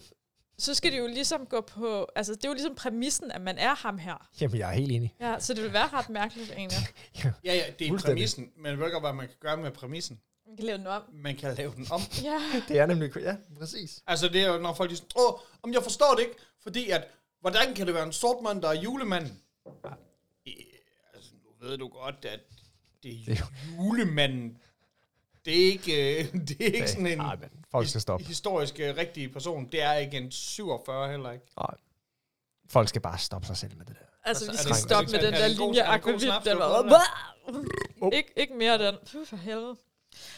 A: så skal de jo ligesom gå på, altså det er jo ligesom præmissen, at man er ham her.
C: Jamen, jeg er helt enig.
A: Ja, så det ville være ret mærkeligt egentlig.
B: Ja, ja, det er
C: Fuldstændig.
B: præmissen. Men ved du godt, hvad man kan gøre med præmissen?
A: Man kan lave den om.
B: Man kan lave den om.
A: Ja,
C: Det er nemlig... Ja, præcis.
B: Altså, det er jo, når folk lige sådan, åh, om jeg forstår det ikke, fordi at, hvordan kan det være en sort mand, der er julemanden? Ja. Altså, nu ved du godt, at det er julemanden. Det er ikke, øh, det er ikke sådan en
C: Nej, men folk skal stoppe.
B: historisk øh, rigtig person. Det er ikke en 47 heller ikke.
C: Nej. Folk skal bare stoppe sig selv med det der.
A: altså vi
B: er
A: skal
B: det-
A: stoppe med
B: er det-
A: den
B: er
A: der
B: det en god-
A: linje
B: er det en god
A: akvavit,
B: snaps,
A: der
B: du
A: var
B: har
A: Bah! Ikke, ikke mere af den. Puh, for helvede.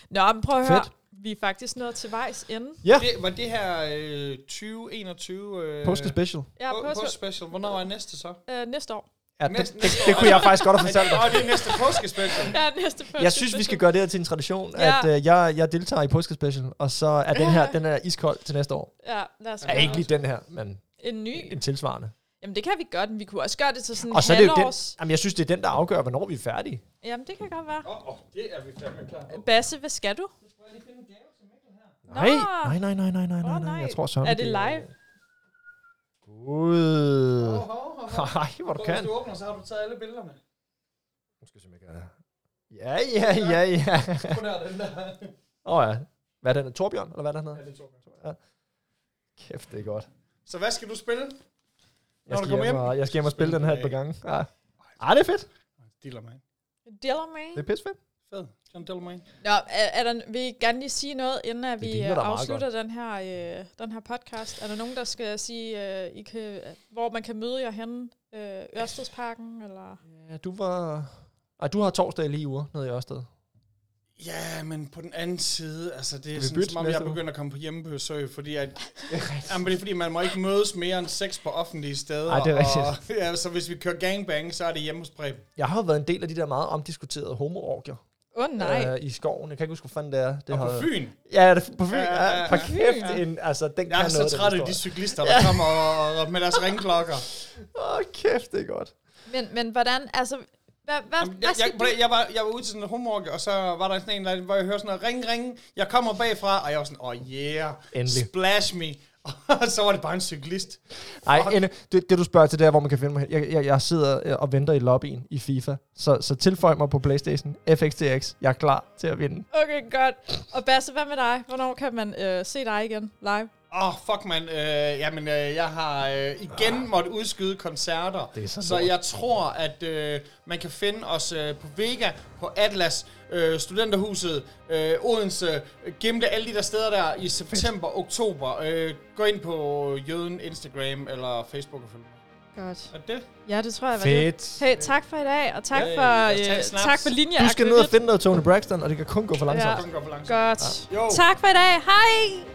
A: Nå, men prøv at høre.
C: Fedt.
A: Vi er faktisk nået til vejs ende.
C: Ja,
B: Det, var det her øh, 2021... Øh,
C: påske special.
A: Ja,
B: Påske,
A: påske,
B: påske special. Hvornår er næste så?
A: øh, næste år.
C: Ja, det,
B: Næste-
C: det, det, kunne jeg faktisk godt have fortalt dig.
B: Og det er næste påske special.
A: Ja, næste påske.
C: Jeg synes, vi skal gøre det her til en tradition,
A: Ja.
C: at øh, jeg, jeg deltager i påske special, og så er den her den er iskold til næste år.
A: Ja, lad os
C: Ja,
A: gøre
C: ikke lige den her, men
A: en ny.
C: en tilsvarende.
A: Jamen det kan vi godt, men vi kunne også gøre det til sådan en
C: Og så er det jo den,
A: halvårs-
C: jamen, jeg synes, det er den, der afgør, hvornår vi er færdige.
A: Jamen, det kan godt være.
B: Åh, oh, oh, det er vi fandme klar
C: Øh.
B: på.
A: Basse, hvad skal du?
C: Nej, nej, nej, nej, nej, nej, nej,
A: Åh,
C: nej.
A: nej.
C: Jeg tror, Søren,
A: Er det live?
C: Gud.
B: Hov, hov, hov, hov.
C: Nej, hvor du
B: Hvis
C: kan.
B: du åbner, så har du taget alle billederne.
C: Nu skal jeg se, om jeg kan det. Ja, ja, ja, ja.
B: Kun er den der.
C: Åh oh, ja. Hvad er den? Torbjørn, eller hvad den
B: Ja,
C: hedder?
B: det er Torbjørn.
C: Kæft, det er godt.
B: Så hvad skal du spille?
C: Jeg
B: Når du
C: skal,
B: kommer
C: hjem
B: hjem.
C: og, jeg skal hjem og spille den her et par gange. Ja. Ej, det er fedt.
B: Dillerman.
C: Det
A: Dillerman.
C: er pisse fedt.
B: Fed. John Dillerman.
A: Nå, er, er der, vil I gerne lige sige noget, inden at
C: Det
A: vi
C: ligner
A: øh,
C: da meget
A: afslutter den her, øh, den her podcast? Er der nogen, der skal sige, øh, I kan, hvor man kan møde jer henne? Øh, Ørstedsparken? Eller?
C: Ja, du var... Ej, du har torsdag lige i uger nede i Ørsted.
B: Ja, men på den anden side, altså det er
C: vi
B: sådan,
C: bytte
B: som om jeg
C: næste uge?
B: begynder at komme på hjemmebesøg, fordi at, jamen, det er fordi, man må ikke mødes mere end seks på offentlige steder.
C: Ej, det er
B: Og, ja, så hvis vi kører gangbang, så er det hjemme hos Preben.
C: Jeg har jo været en del af de der meget omdiskuterede homoorgier
A: Åh oh, nej. Øh,
C: øh, i skoven. Jeg kan ikke huske, hvor fanden det er.
B: Og
C: Det
B: på Fyn.
C: Ja, det er på Fyn.
B: Ja,
C: Ja,
B: ja, ja.
C: for kæft. En, altså, den
B: Jeg
C: kan
B: er
C: noget,
B: så
C: den
B: træt af
C: historie.
B: de cyklister, der kommer og, og med deres ringklokker.
C: Åh, kæft, det er godt.
A: men, men hvordan, altså, hvad, hvad,
B: Jamen,
A: hvad
B: jeg,
A: skal
B: jeg,
A: jeg,
B: prøv
A: du?
B: lige, jeg, var, jeg var ude til sådan en homework, og så var der sådan en, der, hvor jeg hørte sådan noget, ring, ring, jeg kommer bagfra, og jeg var sådan, oh yeah,
C: Endelig.
B: splash me. Og så var det bare en cyklist.
C: Nej, Enne, det, det du spørger til, det er, hvor man kan finde mig. hen. Jeg, jeg, jeg sidder øh, og venter i lobbyen i FIFA, så, så tilføj mig på Playstation, FXTX, jeg er klar til at vinde.
A: Okay, godt. Og Basse, hvad med dig? Hvornår kan man øh, se dig igen live?
B: Åh, oh, fuck mand. Øh, jamen, øh, jeg har øh, igen ah. måttet udskyde koncerter.
C: Det er så
B: så
C: lort.
B: jeg tror, at øh, man kan finde os øh, på Vega, på Atlas, øh, Studenterhuset, øh, Odense, øh, Gimle, alle de der steder der i september, oktober. Øh, gå ind på Jøden, Instagram eller Facebook og følg med.
A: Godt.
B: Er det det?
A: Ja, det tror jeg var det.
C: Fedt.
A: Hey, tak for i dag, og tak
B: Ja, ja,
A: for,
B: lad os tage
A: øh,
B: en snaps.
A: tak for linjer.
C: Du skal ned og finde noget Tony Braxton, og det kan kun gå for langsomt.
A: Ja.
B: Kom, gå for langt.
A: Godt.
B: Jo.
A: Tak for i dag. Hej!